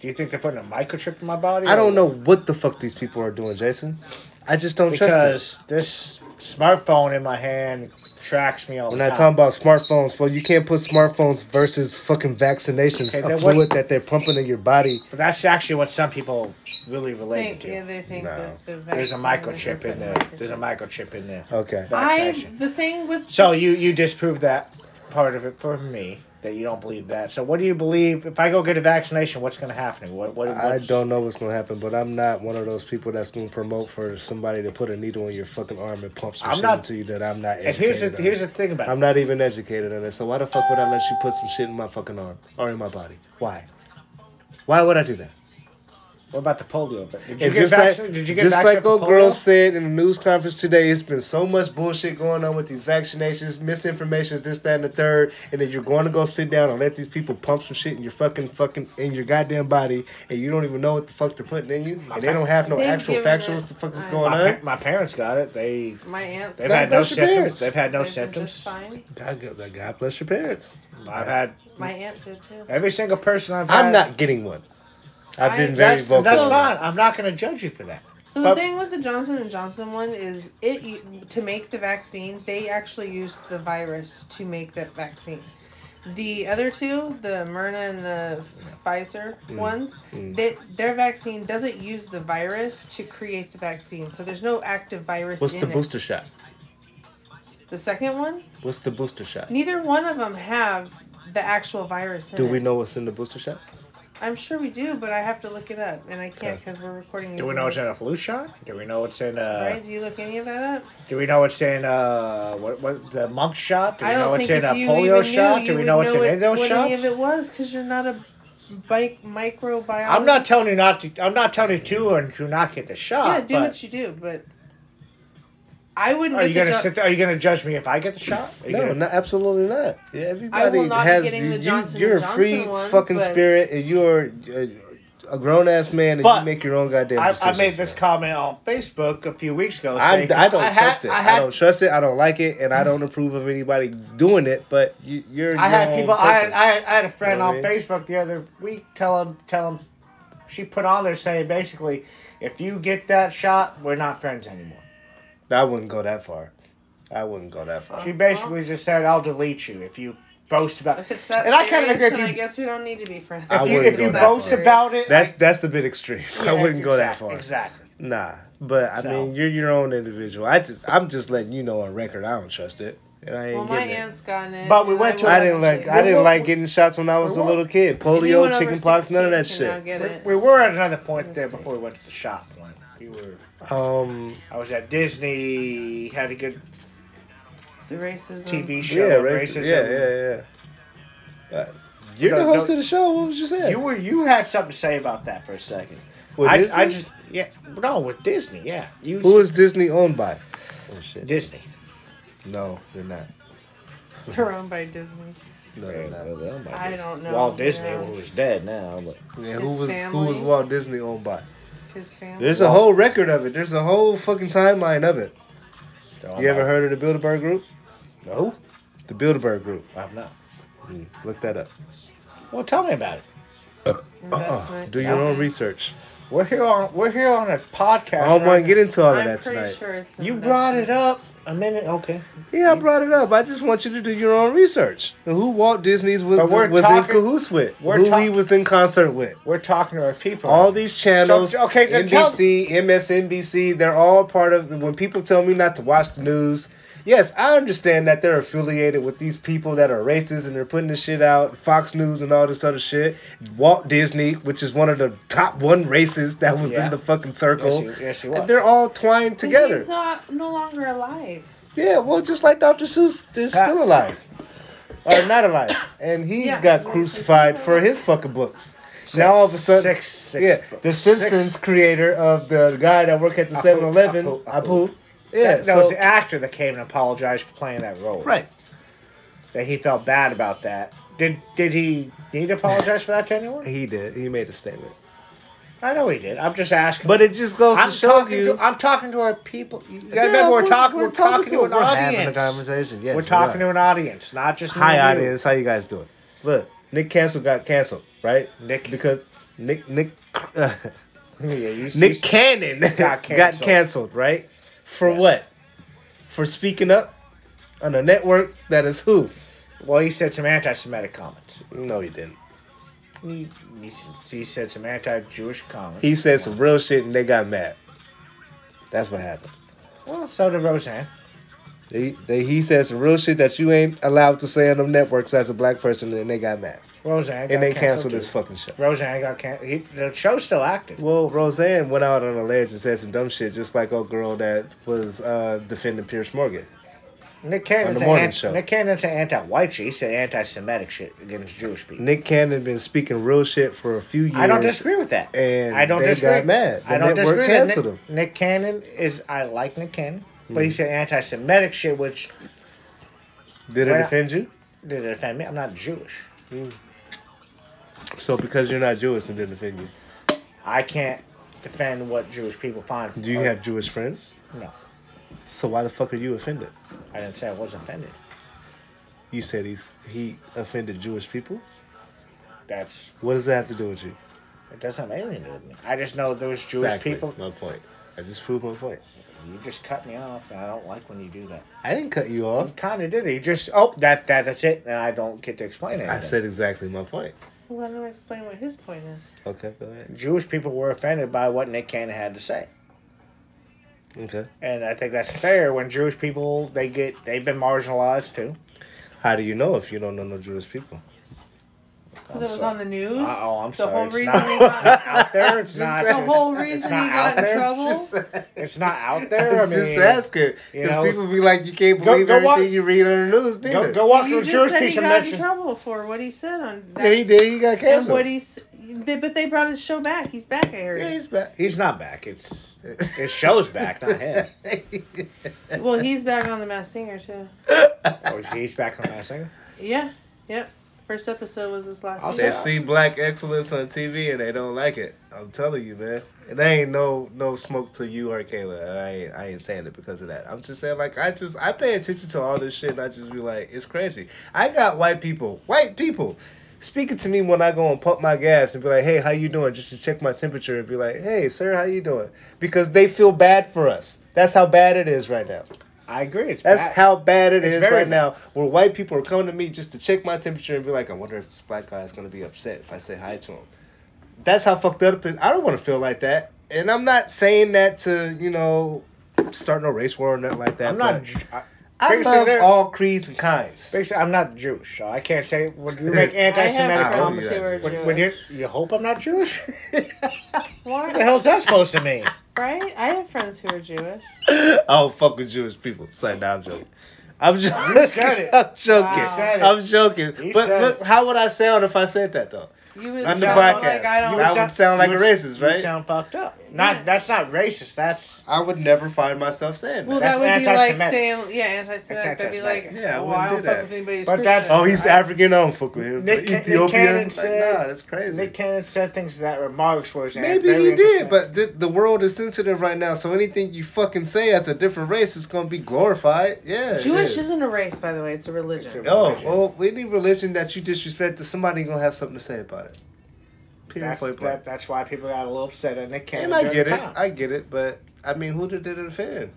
C: Do you think they're putting a microchip in my body?
D: I
C: or-
D: don't know what the fuck these people are doing, Jason. I just don't trust
C: because this smartphone in my hand tracks me all
D: it. We're
C: the
D: not talking
C: time.
D: about smartphones, but you can't put smartphones versus fucking vaccinations,
C: Okay,
D: a
C: then what-
D: fluid that they're pumping in your body.
C: but that's actually what some people really relate
E: Think,
C: to.
E: yeah, they think
D: No.
E: that the
C: There's a
E: vaccine-
C: microchip in there. There's a microchip in there.
D: Okay.
E: I
C: vaccination.
E: the thing with
C: So you you disprove that part of it for me that you don't believe that. So what do you believe? If I go get a vaccination, what's going to happen? to me? What what
D: I
C: what's-
D: don't know what's gonna happen, but I'm not one of those people that's gonna promote for somebody to put a needle in your fucking arm and pump some
C: I'm
D: shit
C: not-
D: into you that I'm not.
C: And here's the
D: educated on.
C: here's the thing about it.
D: I'm not even educated on it, so why the fuck would I let you put some shit in my fucking arm or in my body? Why? Why would I do that?
C: What about the polio? But did you get
D: And just like,
C: vaccinated? did you get
D: just like
C: vaccinated
D: old
C: for
D: girl
C: polio?
D: said in the news conference today, it's been so much bullshit going on with these vaccinations, misinformations, this, that, and the third, and then you're going to go sit down and let these people pump some shit in your fucking fucking in your goddamn body, and you don't even know what the fuck they're putting in you, and they don't have no
E: They've
D: actual
E: given
D: factuals.
E: it-
D: What the fuck is
E: I-
D: going
C: My,
D: on?
C: pa- my parents got it. They
E: my aunt's
C: they've
E: got-
C: had no
D: bless your
C: symptoms.
D: parents.
C: They've had no
E: they've been
C: symptoms.
E: Just fine.
D: God, God, God bless your parents.
C: I've had
E: My aunt did too.
C: every single person I've had.
D: I'm not getting one. I've
E: I-
D: been very
C: That's,
D: vocal.
C: that's
D: on it.
C: fine. I'm not going to judge you for that.
E: So
C: But-
E: the thing with the Johnson and Johnson one is it u- to make the vaccine, they actually used the virus to make that vaccine. The other two, the Myrna and the Pfizer
D: Mm.
E: ones,
D: Mm.
E: they, their vaccine doesn't use the virus to create the vaccine. So there's no active virus
D: What's
E: in
D: the
E: it.
D: booster shot?
E: The second one,
D: What's the booster shot?
E: neither one of them have the actual virus in
D: Do
E: it.
D: we know what's in the booster shot?
E: I'm sure we do, but I have to look it up, and I can't
D: Okay.
E: because we're recording.
C: Do
E: these
C: we know
E: minutes.
C: it's in a flu shot? Do we know it's in uh?
E: Right? Do you look any of that up?
C: Do we know it's in uh? What what the mumps shot? Do we
E: I don't
C: know it's
E: think
C: in
E: if
C: a
E: you
C: polio
E: even
C: shot?
E: Knew,
C: Do
E: you
C: we know
E: would
C: it's in any of those
E: what
C: shots?
E: any of it was because you're not a bike microbiologist.
C: I'm not telling you not to. I'm not telling you to or to not get the
E: Yeah,
C: shot.
E: do
C: but
E: what you do, but I wouldn't.
C: are
E: get
C: you
E: the
C: gonna
E: jo-
C: sit there? Are you gonna judge me if I get the shot? Are you
D: No,
C: gonna-
D: no, absolutely not. Yeah, everybody
E: not be
D: has.
E: getting the
D: you-
E: Johnson
D: you're
E: and
D: a free
E: Johnson one,
D: fucking
E: but-
D: spirit, and you're a, a grown ass man, and
C: But
D: you make your own goddamn
C: I, I
D: decisions.
C: made this
D: man.
C: comment on Facebook a few weeks ago.
D: I,
C: saying-
D: I don't
C: had-
D: trust it.
C: I
D: I,
C: had,
D: don't trust it. I don't like it, and I don't approve of anybody doing it. But you, you're.
C: I
D: your
C: had
D: own
C: people. I had,
D: person.
C: I had I had a friend
D: know what
C: on
D: I mean?
C: Facebook the other week. Tell him tell him she put on there saying basically, if you get that shot, we're not friends anymore.
D: I wouldn't go that far. I wouldn't go that far.
C: She basically just said, "I'll delete you if you boast about."
E: If it's that
C: And I kind of agree.
E: serious,
C: If
E: then I
C: you,
E: guess we don't need to be friends.
D: I
C: if you,
D: wouldn't
C: if
D: go
C: you
D: that
C: boast
D: far.
C: about it,
D: That's
C: I-
D: that's a bit extreme. *laughs* I
C: yeah,
D: wouldn't go that
C: exact-
D: far.
C: Exactly.
D: Nah, but I
C: So-
D: mean, you're your own individual. I just, I'm just letting you know on record, I don't trust it, and I ain't
E: Well, my
D: getting it.
E: aunt's gotten it.
C: But we
E: and
C: went to-
E: will
D: I didn't
E: eventually.
D: like, I didn't
C: Well,
D: like
C: well,
D: getting shots when I was a
C: well,
D: little kid.
E: Anyone
D: Polio,
E: over
D: chicken pox, none of that
E: 16 can now
D: shit.
E: get it.
C: We, we were at another point there
E: That's
C: before we went to the shop. One, we were.
D: Um,
C: I was at Disney. Had a good
E: the racism.
C: TV show.
D: yeah,
C: on racism.
D: racism. Yeah, yeah, yeah. Uh, you're the
C: No,
D: host
C: no.
D: of the show. What was you saying?
C: You were. You had something to say about that for a second.
D: With
C: I,
D: Disney?
C: I just. Yeah. No, with Disney. Yeah. You.
D: Who is Disney owned by? Oh shit.
C: Disney?
D: no, they're not.
E: They're owned by Disney.
D: No, they're not.
E: I don't know.
C: Walt Disney,
E: yeah.
C: who is dead now, but
D: Yeah, who was who
E: His
D: was
E: family?
D: Walt Disney owned by?
E: His family.
D: There's a
C: Walt.
D: whole record of it. There's a whole fucking timeline of it.
C: they're all
D: You ever
C: my-
D: heard of the Bilderberg Group?
C: No,
D: The Bilderberg Group.
C: I've not.
D: Mm, Look that up.
C: Well, tell me about it.
E: Investment.
D: uh-uh. Do your own
E: Okay.
D: research.
C: We're here on we're here on a podcast.
D: I don't want
C: right
D: to Oh, get into all of
E: I'm
D: that
E: pretty
D: tonight.
E: sure it's
C: now. You
E: in
C: brought
E: that-
C: it up a minute. Okay.
D: Yeah, I brought it up. I just want you to do your own research. Who Walt Disney's was,
C: But we're
D: was
C: talking-
D: in cahoots with?
C: we're
D: Who
C: talk-
D: he was in concert with?
C: We're talking to our people.
D: All these channels,
C: So, okay, then tell-
D: NBC, MSNBC, they're all part of. When people tell me not to watch the news, yes, I understand that they're affiliated with these people that are racist and they're putting this shit out, Fox News and all this other shit. Walt Disney, which is one of the top one races that was
C: Yeah.
D: in the fucking circle.
C: Yes, he- yes, he was.
D: They're all twined
E: But
D: together.
E: He's not no longer alive.
D: Yeah, well, just like Dr. Seuss is
C: Ha-
D: still alive, or not alive, and he
E: Yeah,
D: got
E: he's- he's
D: crucified
E: alive.
D: for his fucking books.
C: Six-
D: now all of a sudden,
C: six- six
D: yeah,
C: books.
D: the Simpsons
C: Six-
D: creator of the guy that worked at the
C: Apu,
D: 7-Eleven,
C: Apu,
D: Apu,
C: Apu.
D: yeah,
C: that, that
D: so,
C: was the actor that came and apologized for playing that role.
D: right.
C: That he felt bad about that. Did did he need to apologize for that to anyone?
D: He did. He made a statement,
C: I know he did. I'm just asking.
D: but it just goes
C: I'm
D: to show
C: talking
D: you.
C: to I'm talking to our people. You gotta
D: Yeah,
C: remember we're, talking we're, talking, to an
D: we're
C: audience.
D: having a conversation. Yes,
C: we're talking
D: we
C: to
D: are.
C: an audience, not just me
D: hi
C: and you.
D: audience. How you guys doing? Look, Nick Cancel got canceled, right?
C: Nick-
D: because Nick Nick.
C: *laughs* Yeah,
D: *laughs*
C: you- you-
D: Nick Cannon
C: got
D: *laughs* got
C: canceled.
D: canceled, right? For
C: Yes.
D: what? For speaking up on a network that is who?
C: Well, he said some anti-Semitic comments.
D: No, he didn't.
C: He, he, s- he said some anti-Jewish comments.
D: He said some real shit and they got mad. That's what happened.
C: Well, so did Roseanne.
D: They, they, he said some real shit that you ain't allowed to say on them networks as a black person and they got mad.
C: Roseanne got
D: And they
C: canceled,
D: canceled
C: too.
D: this fucking show.
C: Roseanne got canceled. He, the show's still active.
D: Well, Roseanne went out on a ledge and said some dumb shit, just like old girl that was uh, defending Pierce Morgan.
C: Nick Cannon's
D: the morning
C: an,
D: show.
C: Nick Cannon's an anti-white shit. He said anti-Semitic shit against Jewish people.
D: Nick Cannon been speaking real shit for a few years.
C: I don't disagree with that.
D: and
C: I don't
D: they
C: disagree.
D: got mad. The
C: I don't
D: network
C: disagree. that
D: canceled
C: Nick,
D: him. Mm-hmm.
C: Nick Cannon is I like Nick Cannon, but he said anti-Semitic shit, which
D: Did
C: Well,
D: it offend you?
C: did it offend me. I'm not Jewish.
D: So because you're not Jewish, it didn't offend you.
C: I can't defend what Jewish people find.
D: Do you
C: or-
D: have Jewish friends?
C: Oh. No,
D: So why the fuck are you offended?
C: I didn't say I was offended.
D: You said he's he offended Jewish people.
C: That's
D: What does that have to do with you?
C: it. Doesn't have anything to do with me. I just know those Jewish
D: Exactly.
C: people.
D: My point. I just proved my point.
C: You just cut me off, and I don't like when you do that.
D: I didn't cut you
C: You
D: off.
C: kind of did it. You just oh that that that's it, and I don't get to explain it.
D: I said exactly my point.
E: Well, let him explain what his point is.
D: Okay, go ahead.
C: Jewish people were offended by what Nick Cannon had to say.
D: Okay.
C: And I think that's fair when Jewish people they get they've been marginalized too.
D: How do you know if you don't know no Jewish people?
E: Because it was on the news.
C: Oh, I'm
E: the
C: sorry.
E: whole
C: it's
E: reason
C: not,
D: *laughs*
E: he
C: *laughs*
E: got
C: out there. It's
D: Just
C: not
D: the
C: it's-
E: whole
C: it's
E: reason
C: not
E: he got
C: out
E: in
C: there.
E: trouble?
C: It's not out there. I
D: I'm just
C: mean,
D: asking
C: you
D: because
C: know,
D: people be like, you can't
C: go-
D: believe
C: go
D: everything
C: wa-
D: you read on the news.
C: Go,
D: Neither.
C: go walk
E: you
C: to a
E: just
C: Jewish
E: said
C: piece
E: he
C: and
E: got
C: mention.
E: in trouble for what he said on that.
D: Yeah, he did. He got
E: And
D: canceled.
E: what he's, they, but they brought his show back. He's back. I heard.
D: yeah, he's back.
C: He's not back. It's it shows back, not
D: *laughs*
C: him.
E: well, he's back on the Masked Singer too.
C: Oh, he's back on that thing.
E: Yeah. Yep. First episode was this last.
C: I'll
E: week.
D: They see black excellence on TV and they don't like it. I'm telling you, man. And I ain't no no smoke to you or Kayla. And I ain't I ain't saying it because of that. I'm just saying like I just I pay attention to all this shit and I just be like, it's crazy. I got white people, white people speaking to me when I go and pump my gas and be like, hey, how you doing? Just to check my temperature and be like, hey, sir, how you doing? Because they feel bad for us. That's how bad it is right now.
C: I agree. It's
D: That's
C: bad.
D: how bad it
C: It's
D: is
C: very
D: right
C: bad.
D: now. Where white people are coming to me just to check my temperature and be like, I wonder if this black guy is gonna be upset if I say hi to him. That's how fucked up. It, I don't want to feel like that. And I'm not saying that to you know start no race war or nothing like that.
C: I'm not.
D: but
C: Ju- I,
D: I
C: basically
D: love
C: there-
D: all creeds and kinds.
C: basically, I'm not Jewish, so I can't say when you
E: *laughs*
C: make anti-Semitic
D: friends
C: comments.
D: who are
C: When, when you you hope I'm not Jewish. *laughs*
E: Why?
C: What the hell's that supposed to mean?
E: Right? I have friends who are Jewish.
D: *laughs* I don't fuck with Jewish people. Sorry, nah, I'm joking. I'm joking.
C: said it.
D: *laughs* I'm joking.
E: Wow. You
C: said it.
D: I'm joking.
C: You
D: but
C: said
D: look,
C: it.
D: how would I sound if I said that though?
E: You would
D: On the
E: sound
D: podcast.
E: like I
D: You
E: don't.
D: would That would sound like
C: you
D: a racist,
C: you would
D: right?
C: sound fucked up. Not
E: Yeah.
C: that's not racist. That's
D: I would never find myself saying
E: well,
D: that.
E: that
C: that's
E: would be like
C: anti-Semitic.
E: saying, yeah, anti-Semitic. That'd be like,
C: anti-Semitic.
D: Yeah, I
E: oh,
D: wouldn't
E: I don't
D: do
E: fuck
D: that.
E: with anybody's
C: But that's-
E: Christian.
D: Oh, he's
E: I-
D: African. I don't fuck with him.
C: Nick
D: Nick,
C: Ca- Nick
D: Ethiopian.
C: Cannon
D: like,
C: said-
D: nah, that's crazy.
C: Nick Cannon said things that remarks were
D: Maybe he did, but the, the world is sensitive right now. So anything you fucking say as a different race is gonna be glorified. Yeah. it
E: Jewish
D: is.
E: isn't a race, by the way. It's a religion.
C: It's a-
D: Oh, well, any religion that you disrespect to somebody gonna have something to say about it. Period.
C: That's,
D: point blank.
C: that, that's why people got a little upset and they can't.
D: and I get it. I get it. But I mean, who did it offend?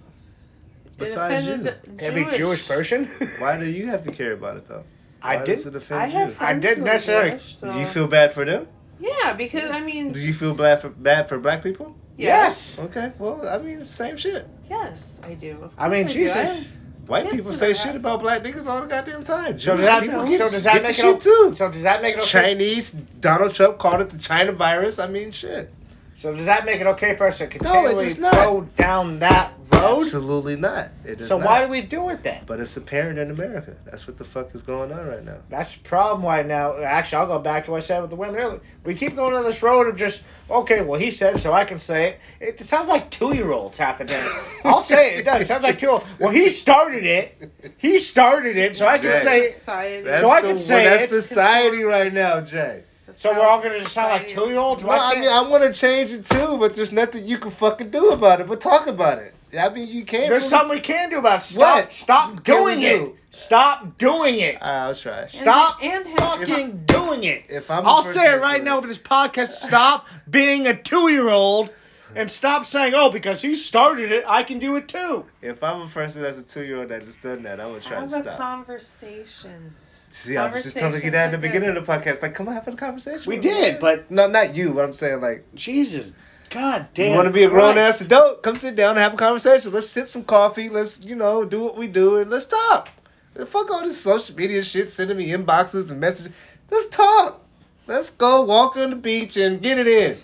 D: Besides you,
E: offended the
C: Every Jewish person.
D: *laughs* why do you have to care about it though?
C: I
D: Why
C: did-
D: Does it
E: I
D: offend
E: have
D: you?
E: friends
C: I didn't
E: who are
C: necessarily-
E: Jewish,
D: Do you
E: so-
D: feel bad for them?
E: Yeah, because I mean.
D: Do you feel bad for bad for black people?
C: Yes.
D: Okay. Well, I mean, same shit.
E: Yes, I do. Of
C: I mean,
E: course do.
C: Jesus.
D: White
E: Yes,
D: people
E: it's
D: say
E: bad.
D: shit about black niggas all the goddamn time.
C: So does
D: Jewish
C: that,
D: people
C: so
D: get-
C: does that
D: get
C: make
D: the
C: it o-
D: shit too?
C: So does that make it okay?
D: Chinese Donald Trump called it the China virus. I mean, shit.
C: So does that make it okay for us to
D: does
C: continually
D: not.
C: go down that road?
D: Absolutely not. It is
C: So
D: not.
C: why do we do it then?
D: But it's apparent in America. That's what the fuck is going on right now.
C: That's the problem right now. Actually, I'll go back to what I said with the women earlier. We keep going on this road of just, okay, well, he said, so I can say it. It sounds like two year olds half the day. I'll say it. It does. It sounds like two year olds. Well, he started it. He started it, so I can
D: Exactly.
C: say.
E: Society.
D: That's
C: So I
D: the,
C: can say
D: that's
C: it.
D: society right now, Jay.
E: That's
C: So
E: how
C: we're all going to just sound like
E: society-
C: two year olds?
D: No, I mean I want to change it too, but there's nothing you can fucking do about it. But talk about it. I mean you can't.
C: There's
D: really-
C: something we can do about it. Stop,
D: What?
C: stop
D: What can we
C: doing it.
D: do?
C: Stop doing it.
D: I'll try.
E: And-
C: Stop
E: and him.
C: fucking doing it.
D: If I'm, the
C: I'll
D: first
C: say it
D: one
C: right
D: to-
C: now for this podcast. Stop being a two year old and stop saying, oh, because he started it, I can do it too.
D: If I'm a person that's a two-year-old that just done that, I'm gonna try to
E: Have a
D: stop.
E: conversation.
D: See, I was just telling you that in the
E: Conversations are
D: beginning of the podcast. Like, come on, have a conversation.
C: We
D: with me,
C: did,
D: man.
C: but-
D: no, not you. But I'm saying like,
C: Jesus. God damn.
D: you want to be a grown
C: Christ.
D: ass adult? Come sit down and have a conversation. Let's sip some coffee. Let's you know do what we do and let's talk. And fuck all this social media shit, sending me inboxes and messages. Let's talk. Let's go walk on the beach and get it in.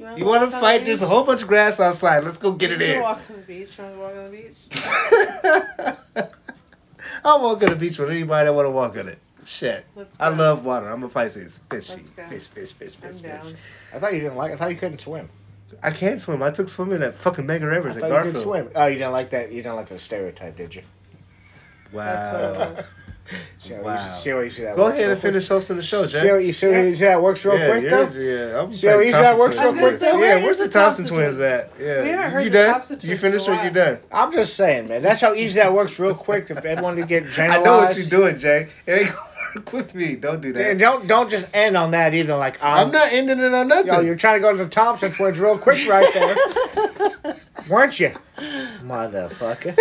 D: You
E: walk
D: want
E: on
D: to
E: the
D: fight? There's a
E: beach?
D: whole bunch of grass outside. Let's go get it
E: You wanna
D: in.
E: Walk on the beach. You want to walk on the
D: *laughs*
E: beach?
D: I'll walk on the beach with anybody that want to walk on it. Shit.
E: Let's
D: I
E: go.
D: love water. I'm a Pisces. Fishy.
E: Let's go.
D: Fish, fish, fish, fish,
E: I'm
D: fish.
E: down.
C: I thought you didn't like I thought you couldn't swim.
D: I can't swim. I took swimming at fucking Mega
C: I
D: Rivers at
C: thought you could
D: Garfield.
C: swim. Oh, you didn't like that. You didn't like the stereotype, did you?
E: That's what
D: Wow. *laughs*
E: it was.
C: See how
D: Wow.
C: easy- see how easy that
D: Go
C: works
D: ahead
C: real
D: and finish hosting the show,
C: quick?
D: Jay.
C: See how, e- see how easy that works real
D: yeah,
C: quick,
D: you're-
C: though?
D: Yeah, I'm
C: See how
D: like
C: easy that
D: Thompson
C: works real
D: twins.
E: I was gonna quick. say, where
D: yeah,
E: is
D: where's
E: the
D: the Thompson,
E: Thompson
D: twins
E: twins?
D: at? Yeah,
E: We haven't heard
D: you
E: the
D: done?
E: Thompson
D: you
E: twins in
D: finished
E: a
D: or you
E: while.
D: done?
C: I'm just saying, man. That's how easy that works real quick if everyone to get
D: *laughs* I
C: generalized.
D: know what you're doing, Jay. It ain't gonna *laughs* work with me. Don't do that.
C: And don't don't just end on that either. Like I'm,
D: I'm not ending it on nothing.
C: Yo, you're trying to go to the Thompson Twins real quick right
E: *laughs*
C: there, weren't you, motherfucker?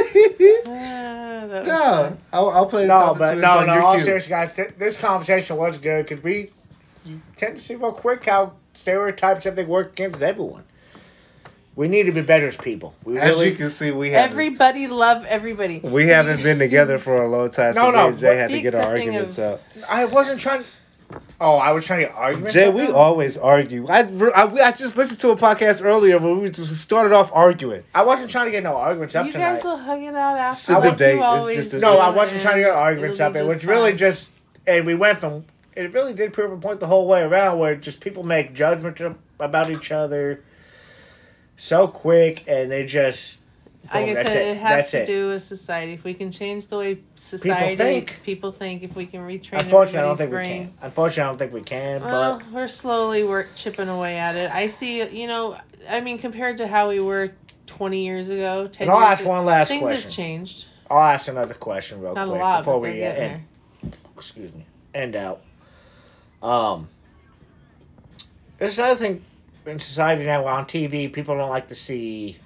D: *laughs*
E: Ah, that was
D: No,
E: fun.
D: I'll, I'll play the
C: No,
D: Thompson
C: but
D: Twins
C: no,
D: on
C: no.
D: your
C: All
D: cue.
C: serious guys, th- this conversation was good because we you tend to see real quick how stereotypes have they work against everyone. We need to be better as people. We
D: As
C: really
D: you can see, we haven't
E: Everybody love everybody.
D: we haven't been together for a long time. So
C: No, no,
D: me and Jay
C: but-
D: had to
E: The
D: get our
E: accepting
D: arguments
E: of-
D: out.
C: I wasn't trying. Oh, I was trying to argue.
D: Jay, we always argue. I, I, I just listened to a podcast earlier where we just started off arguing.
C: I wasn't trying to get no arguments up
E: you
C: tonight.
E: guys will hug it out
D: It's a
E: after. like
D: debate.
E: You
D: It's
E: always
D: just a-
E: do,
C: No, I
D: Listen,
C: wasn't trying to get
E: and
C: arguments
E: it'll
C: up.
E: be
C: It was
E: just
C: really
E: fine.
C: just, and we went from, it really did prove a point the whole way around where just people make judgments ab- about each other so quick and they just,
E: Like I
C: boom,
E: said,
C: that's
E: it,
C: it.
E: has
C: That's
E: to
C: it.
E: do with society. If we can change the way society
C: think.
E: people think, if we can retrain
C: unfortunately, I don't
E: everybody's
C: think we
E: brain.
C: can. Unfortunately, I don't think we can,
E: Well, we're slowly work chipping away at it. I see, you know, I mean, compared to how we were 20 years ago,
C: but.
E: 10
C: And I'll
E: years
C: ask
E: ago,
C: one last
E: things
C: question.
E: have changed.
C: I'll ask another question real
E: Not a
C: quick
E: lot,
C: before
E: but they're
C: we uh,
E: getting
C: end.
E: there.
C: excuse me, end out. Um, there's another thing in society now on TV, people don't like to see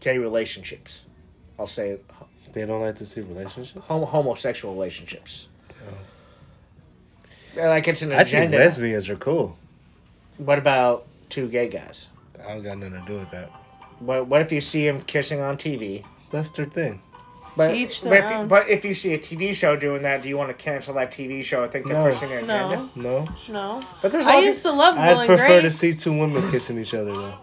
C: gay relationships. I'll say
D: They don't like to see relationships.
C: homo- homosexual relationships. They're Like it's an
D: Oh. I think
C: agenda.
D: lesbians are cool.
C: What about two gay guys?
D: I don't got nothing to do with that.
C: What, what if you see them kissing on TV?
D: That's their thing.
C: But,
E: To each
C: but,
E: their
C: if, you-
E: own.
C: but if you see a TV show doing that, do you want to cancel that TV show and think they're
D: No.
C: pushing an agenda?
E: No.
D: No.
E: No,
C: But there's
E: I
C: all
E: used to love Will
D: I'd
E: and
D: prefer to
E: Grace.
D: see two women kissing each other though.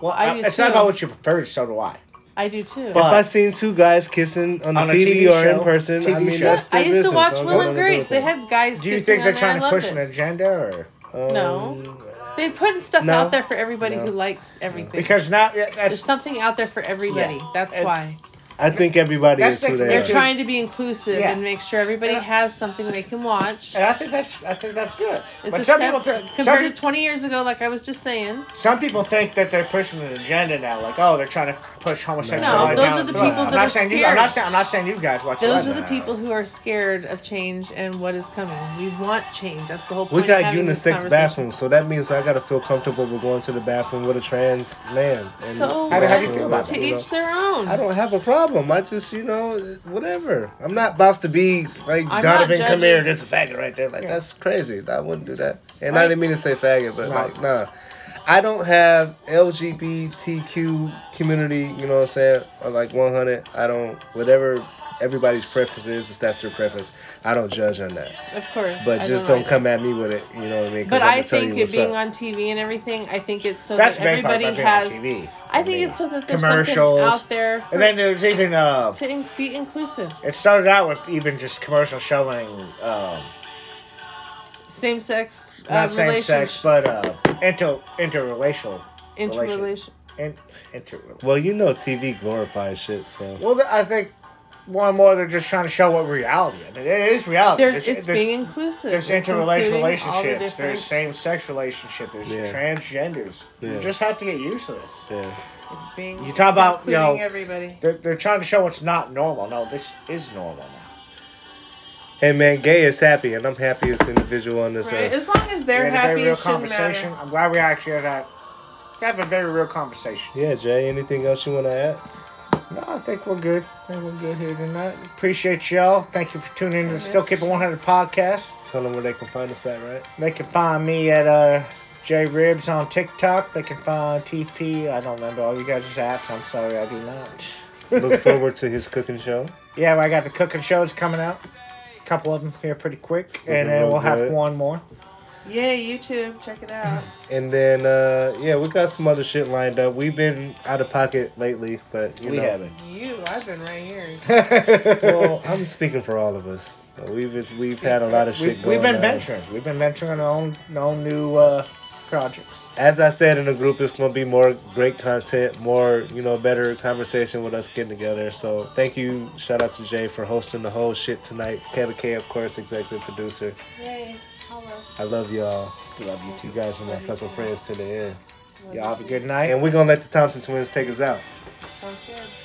C: well,
E: I
C: I,
E: do
C: it's not
E: too.
C: about what you prefer, so do I.
E: I do too.
C: But-
D: if I seen two guys kissing on,
C: On a
D: the TV,
C: TV
D: or
C: show,
D: in person,
C: TV
D: I mean
C: show.
D: that's their
E: I used to
D: business.
E: watch
D: I'm
E: Will
D: not
E: and
D: gonna do
E: Grace.
D: with
E: They
D: it.
E: had guys.
C: Do you
E: kissing
C: think they're
E: on
C: trying
E: there.
C: to
E: I
C: push
E: loved
C: an
E: it.
C: agenda or?
E: No.
D: Um,
E: They're putting stuff
D: No.
E: out there for everybody
D: No.
E: who likes everything.
C: Because now yeah,
E: there's
C: that's
E: something out there for everybody.
C: Yeah.
E: That's
C: And-
E: why
D: I think everybody
C: That's
D: is who
C: like-
D: they
E: they're
D: are.
C: Yeah.
E: trying to be inclusive
C: Yeah.
E: and make sure everybody
C: Yeah.
E: has something they can watch.
C: and I think that's I think that's good.
E: It's
C: but
E: a
C: some
E: step
C: people think some,
E: compared to
C: peop-
E: 20 years ago, like I was just saying.
C: some people think that they're pushing an agenda now, like oh they're trying to push
E: No,
C: homosexuality
E: those
C: down
E: are the
C: the throat.
E: people
C: I'm
E: that
C: not
E: are
C: saying You, I'm
E: scared.
C: not saying I'm not saying you guys watch
E: Those
C: that.
E: are the people who are scared of change and what is coming. We want change. That's the whole point.
D: We
E: of
D: got
E: having this
D: unisex
E: conversation.
D: bathrooms, so that means I gotta feel comfortable with going to the bathroom with a trans man. And
E: So
C: How do- how do you
E: what?
C: feel about
E: to
C: that,
E: each their own.
D: I don't have a problem. I just, you know, whatever. I'm not about to be like
E: I'm not
D: Donovan. Come
E: judging.
D: here. There's a faggot right there. Like
C: Yeah.
D: that's crazy. I wouldn't do that. And I
E: Right.
D: didn't mean to say faggot, but
C: Right.
D: like, nah. I don't have LGBTQ community. You know what I'm saying? Or like 100. I don't. Whatever everybody's preference is, if that's their preference, I don't judge on that.
E: Of course.
D: But
E: I
D: just
E: know
D: don't,
E: either.
D: come at me with it. You know what I mean? 'Cause
E: But
D: I'ma
E: I
D: tell you
E: think it
D: what's
E: being
D: up.
E: on TV and everything, I think it's so
C: That's
E: that everybody
C: everybody
E: has.
C: has. TV.
E: I think
C: mean,
E: it's so that there's
C: commercials.
E: something out there for,
C: And then there's even uh,
E: to in- be inclusive.
C: it started out with even just commercial showing um,
E: Same sex uh,
C: not same
E: relations,
C: sex but uh, inter interrelational
E: interrelation.
C: in, interrelational.
D: Well, you know, TV glorifies shit. So
C: Well, th- I think more and more they're just trying to show what reality. I mean, it is reality.
E: There,
C: There's-
E: it's
C: there's-
E: being inclusive.
C: There's
E: It's
C: interrelated
E: including all the
C: relationships.
E: different-
C: There's same sex relationship. There's
D: Yeah.
C: transgenders.
D: Yeah.
C: You just have to get used to this.
D: yeah.
E: It's being.
C: You talk about, you
E: including
C: know,
E: everybody.
C: They're, they're trying to show it's not normal. No, this is normal now.
D: Hey man, gay is happy, and I'm happiest individual on this earth.
E: Right. As long as they're
C: we had a
E: happy,
C: very real
E: it shouldn't
C: conversation.
E: matter.
C: I'm glad we actually had that. We have a very real conversation.
D: Yeah, Jay. Anything else you want to add?
C: No, I think we're good. I think we're good here tonight. Appreciate y'all. Thank you for tuning in to the
E: Yes.
C: Still Keeping 100 podcast.
D: Tell them where they can find us at, right?
C: They can find me at uh, J Ribs on TikTok. They can find TP. I don't remember all you guys' apps. I'm sorry, I do not.
D: Look
C: *laughs*
D: forward to his cooking show.
C: Yeah, I got the cooking shows coming out. A couple of them here pretty quick,
D: Looking
C: and then we'll
D: real
C: have
D: good.
C: one more.
E: Yeah, YouTube, check it out.
D: And then, uh, yeah, we got some other shit lined up. We've been out of pocket lately, but you
C: we
D: know.
C: haven't.
E: you, I've been right here.
D: Well,
C: *laughs*
D: I'm speaking for all of us. We've we've had a lot of shit
C: We,
D: going
C: we've been
D: on.
C: venturing. We've been venturing on our own, our own new uh, projects.
D: As I said in the group, it's gonna be more great content, more you know, better conversation with us getting together. So thank you, shout out to Jay for hosting the whole shit tonight. Kevin K, of course, executive producer.
E: Yay, hello.
D: I love y'all.
C: Love you
D: You guys are my fucking friends to the end.
C: Y'all have a good night.
D: And we're gonna let the Thompson twins take us out.
E: Sounds good.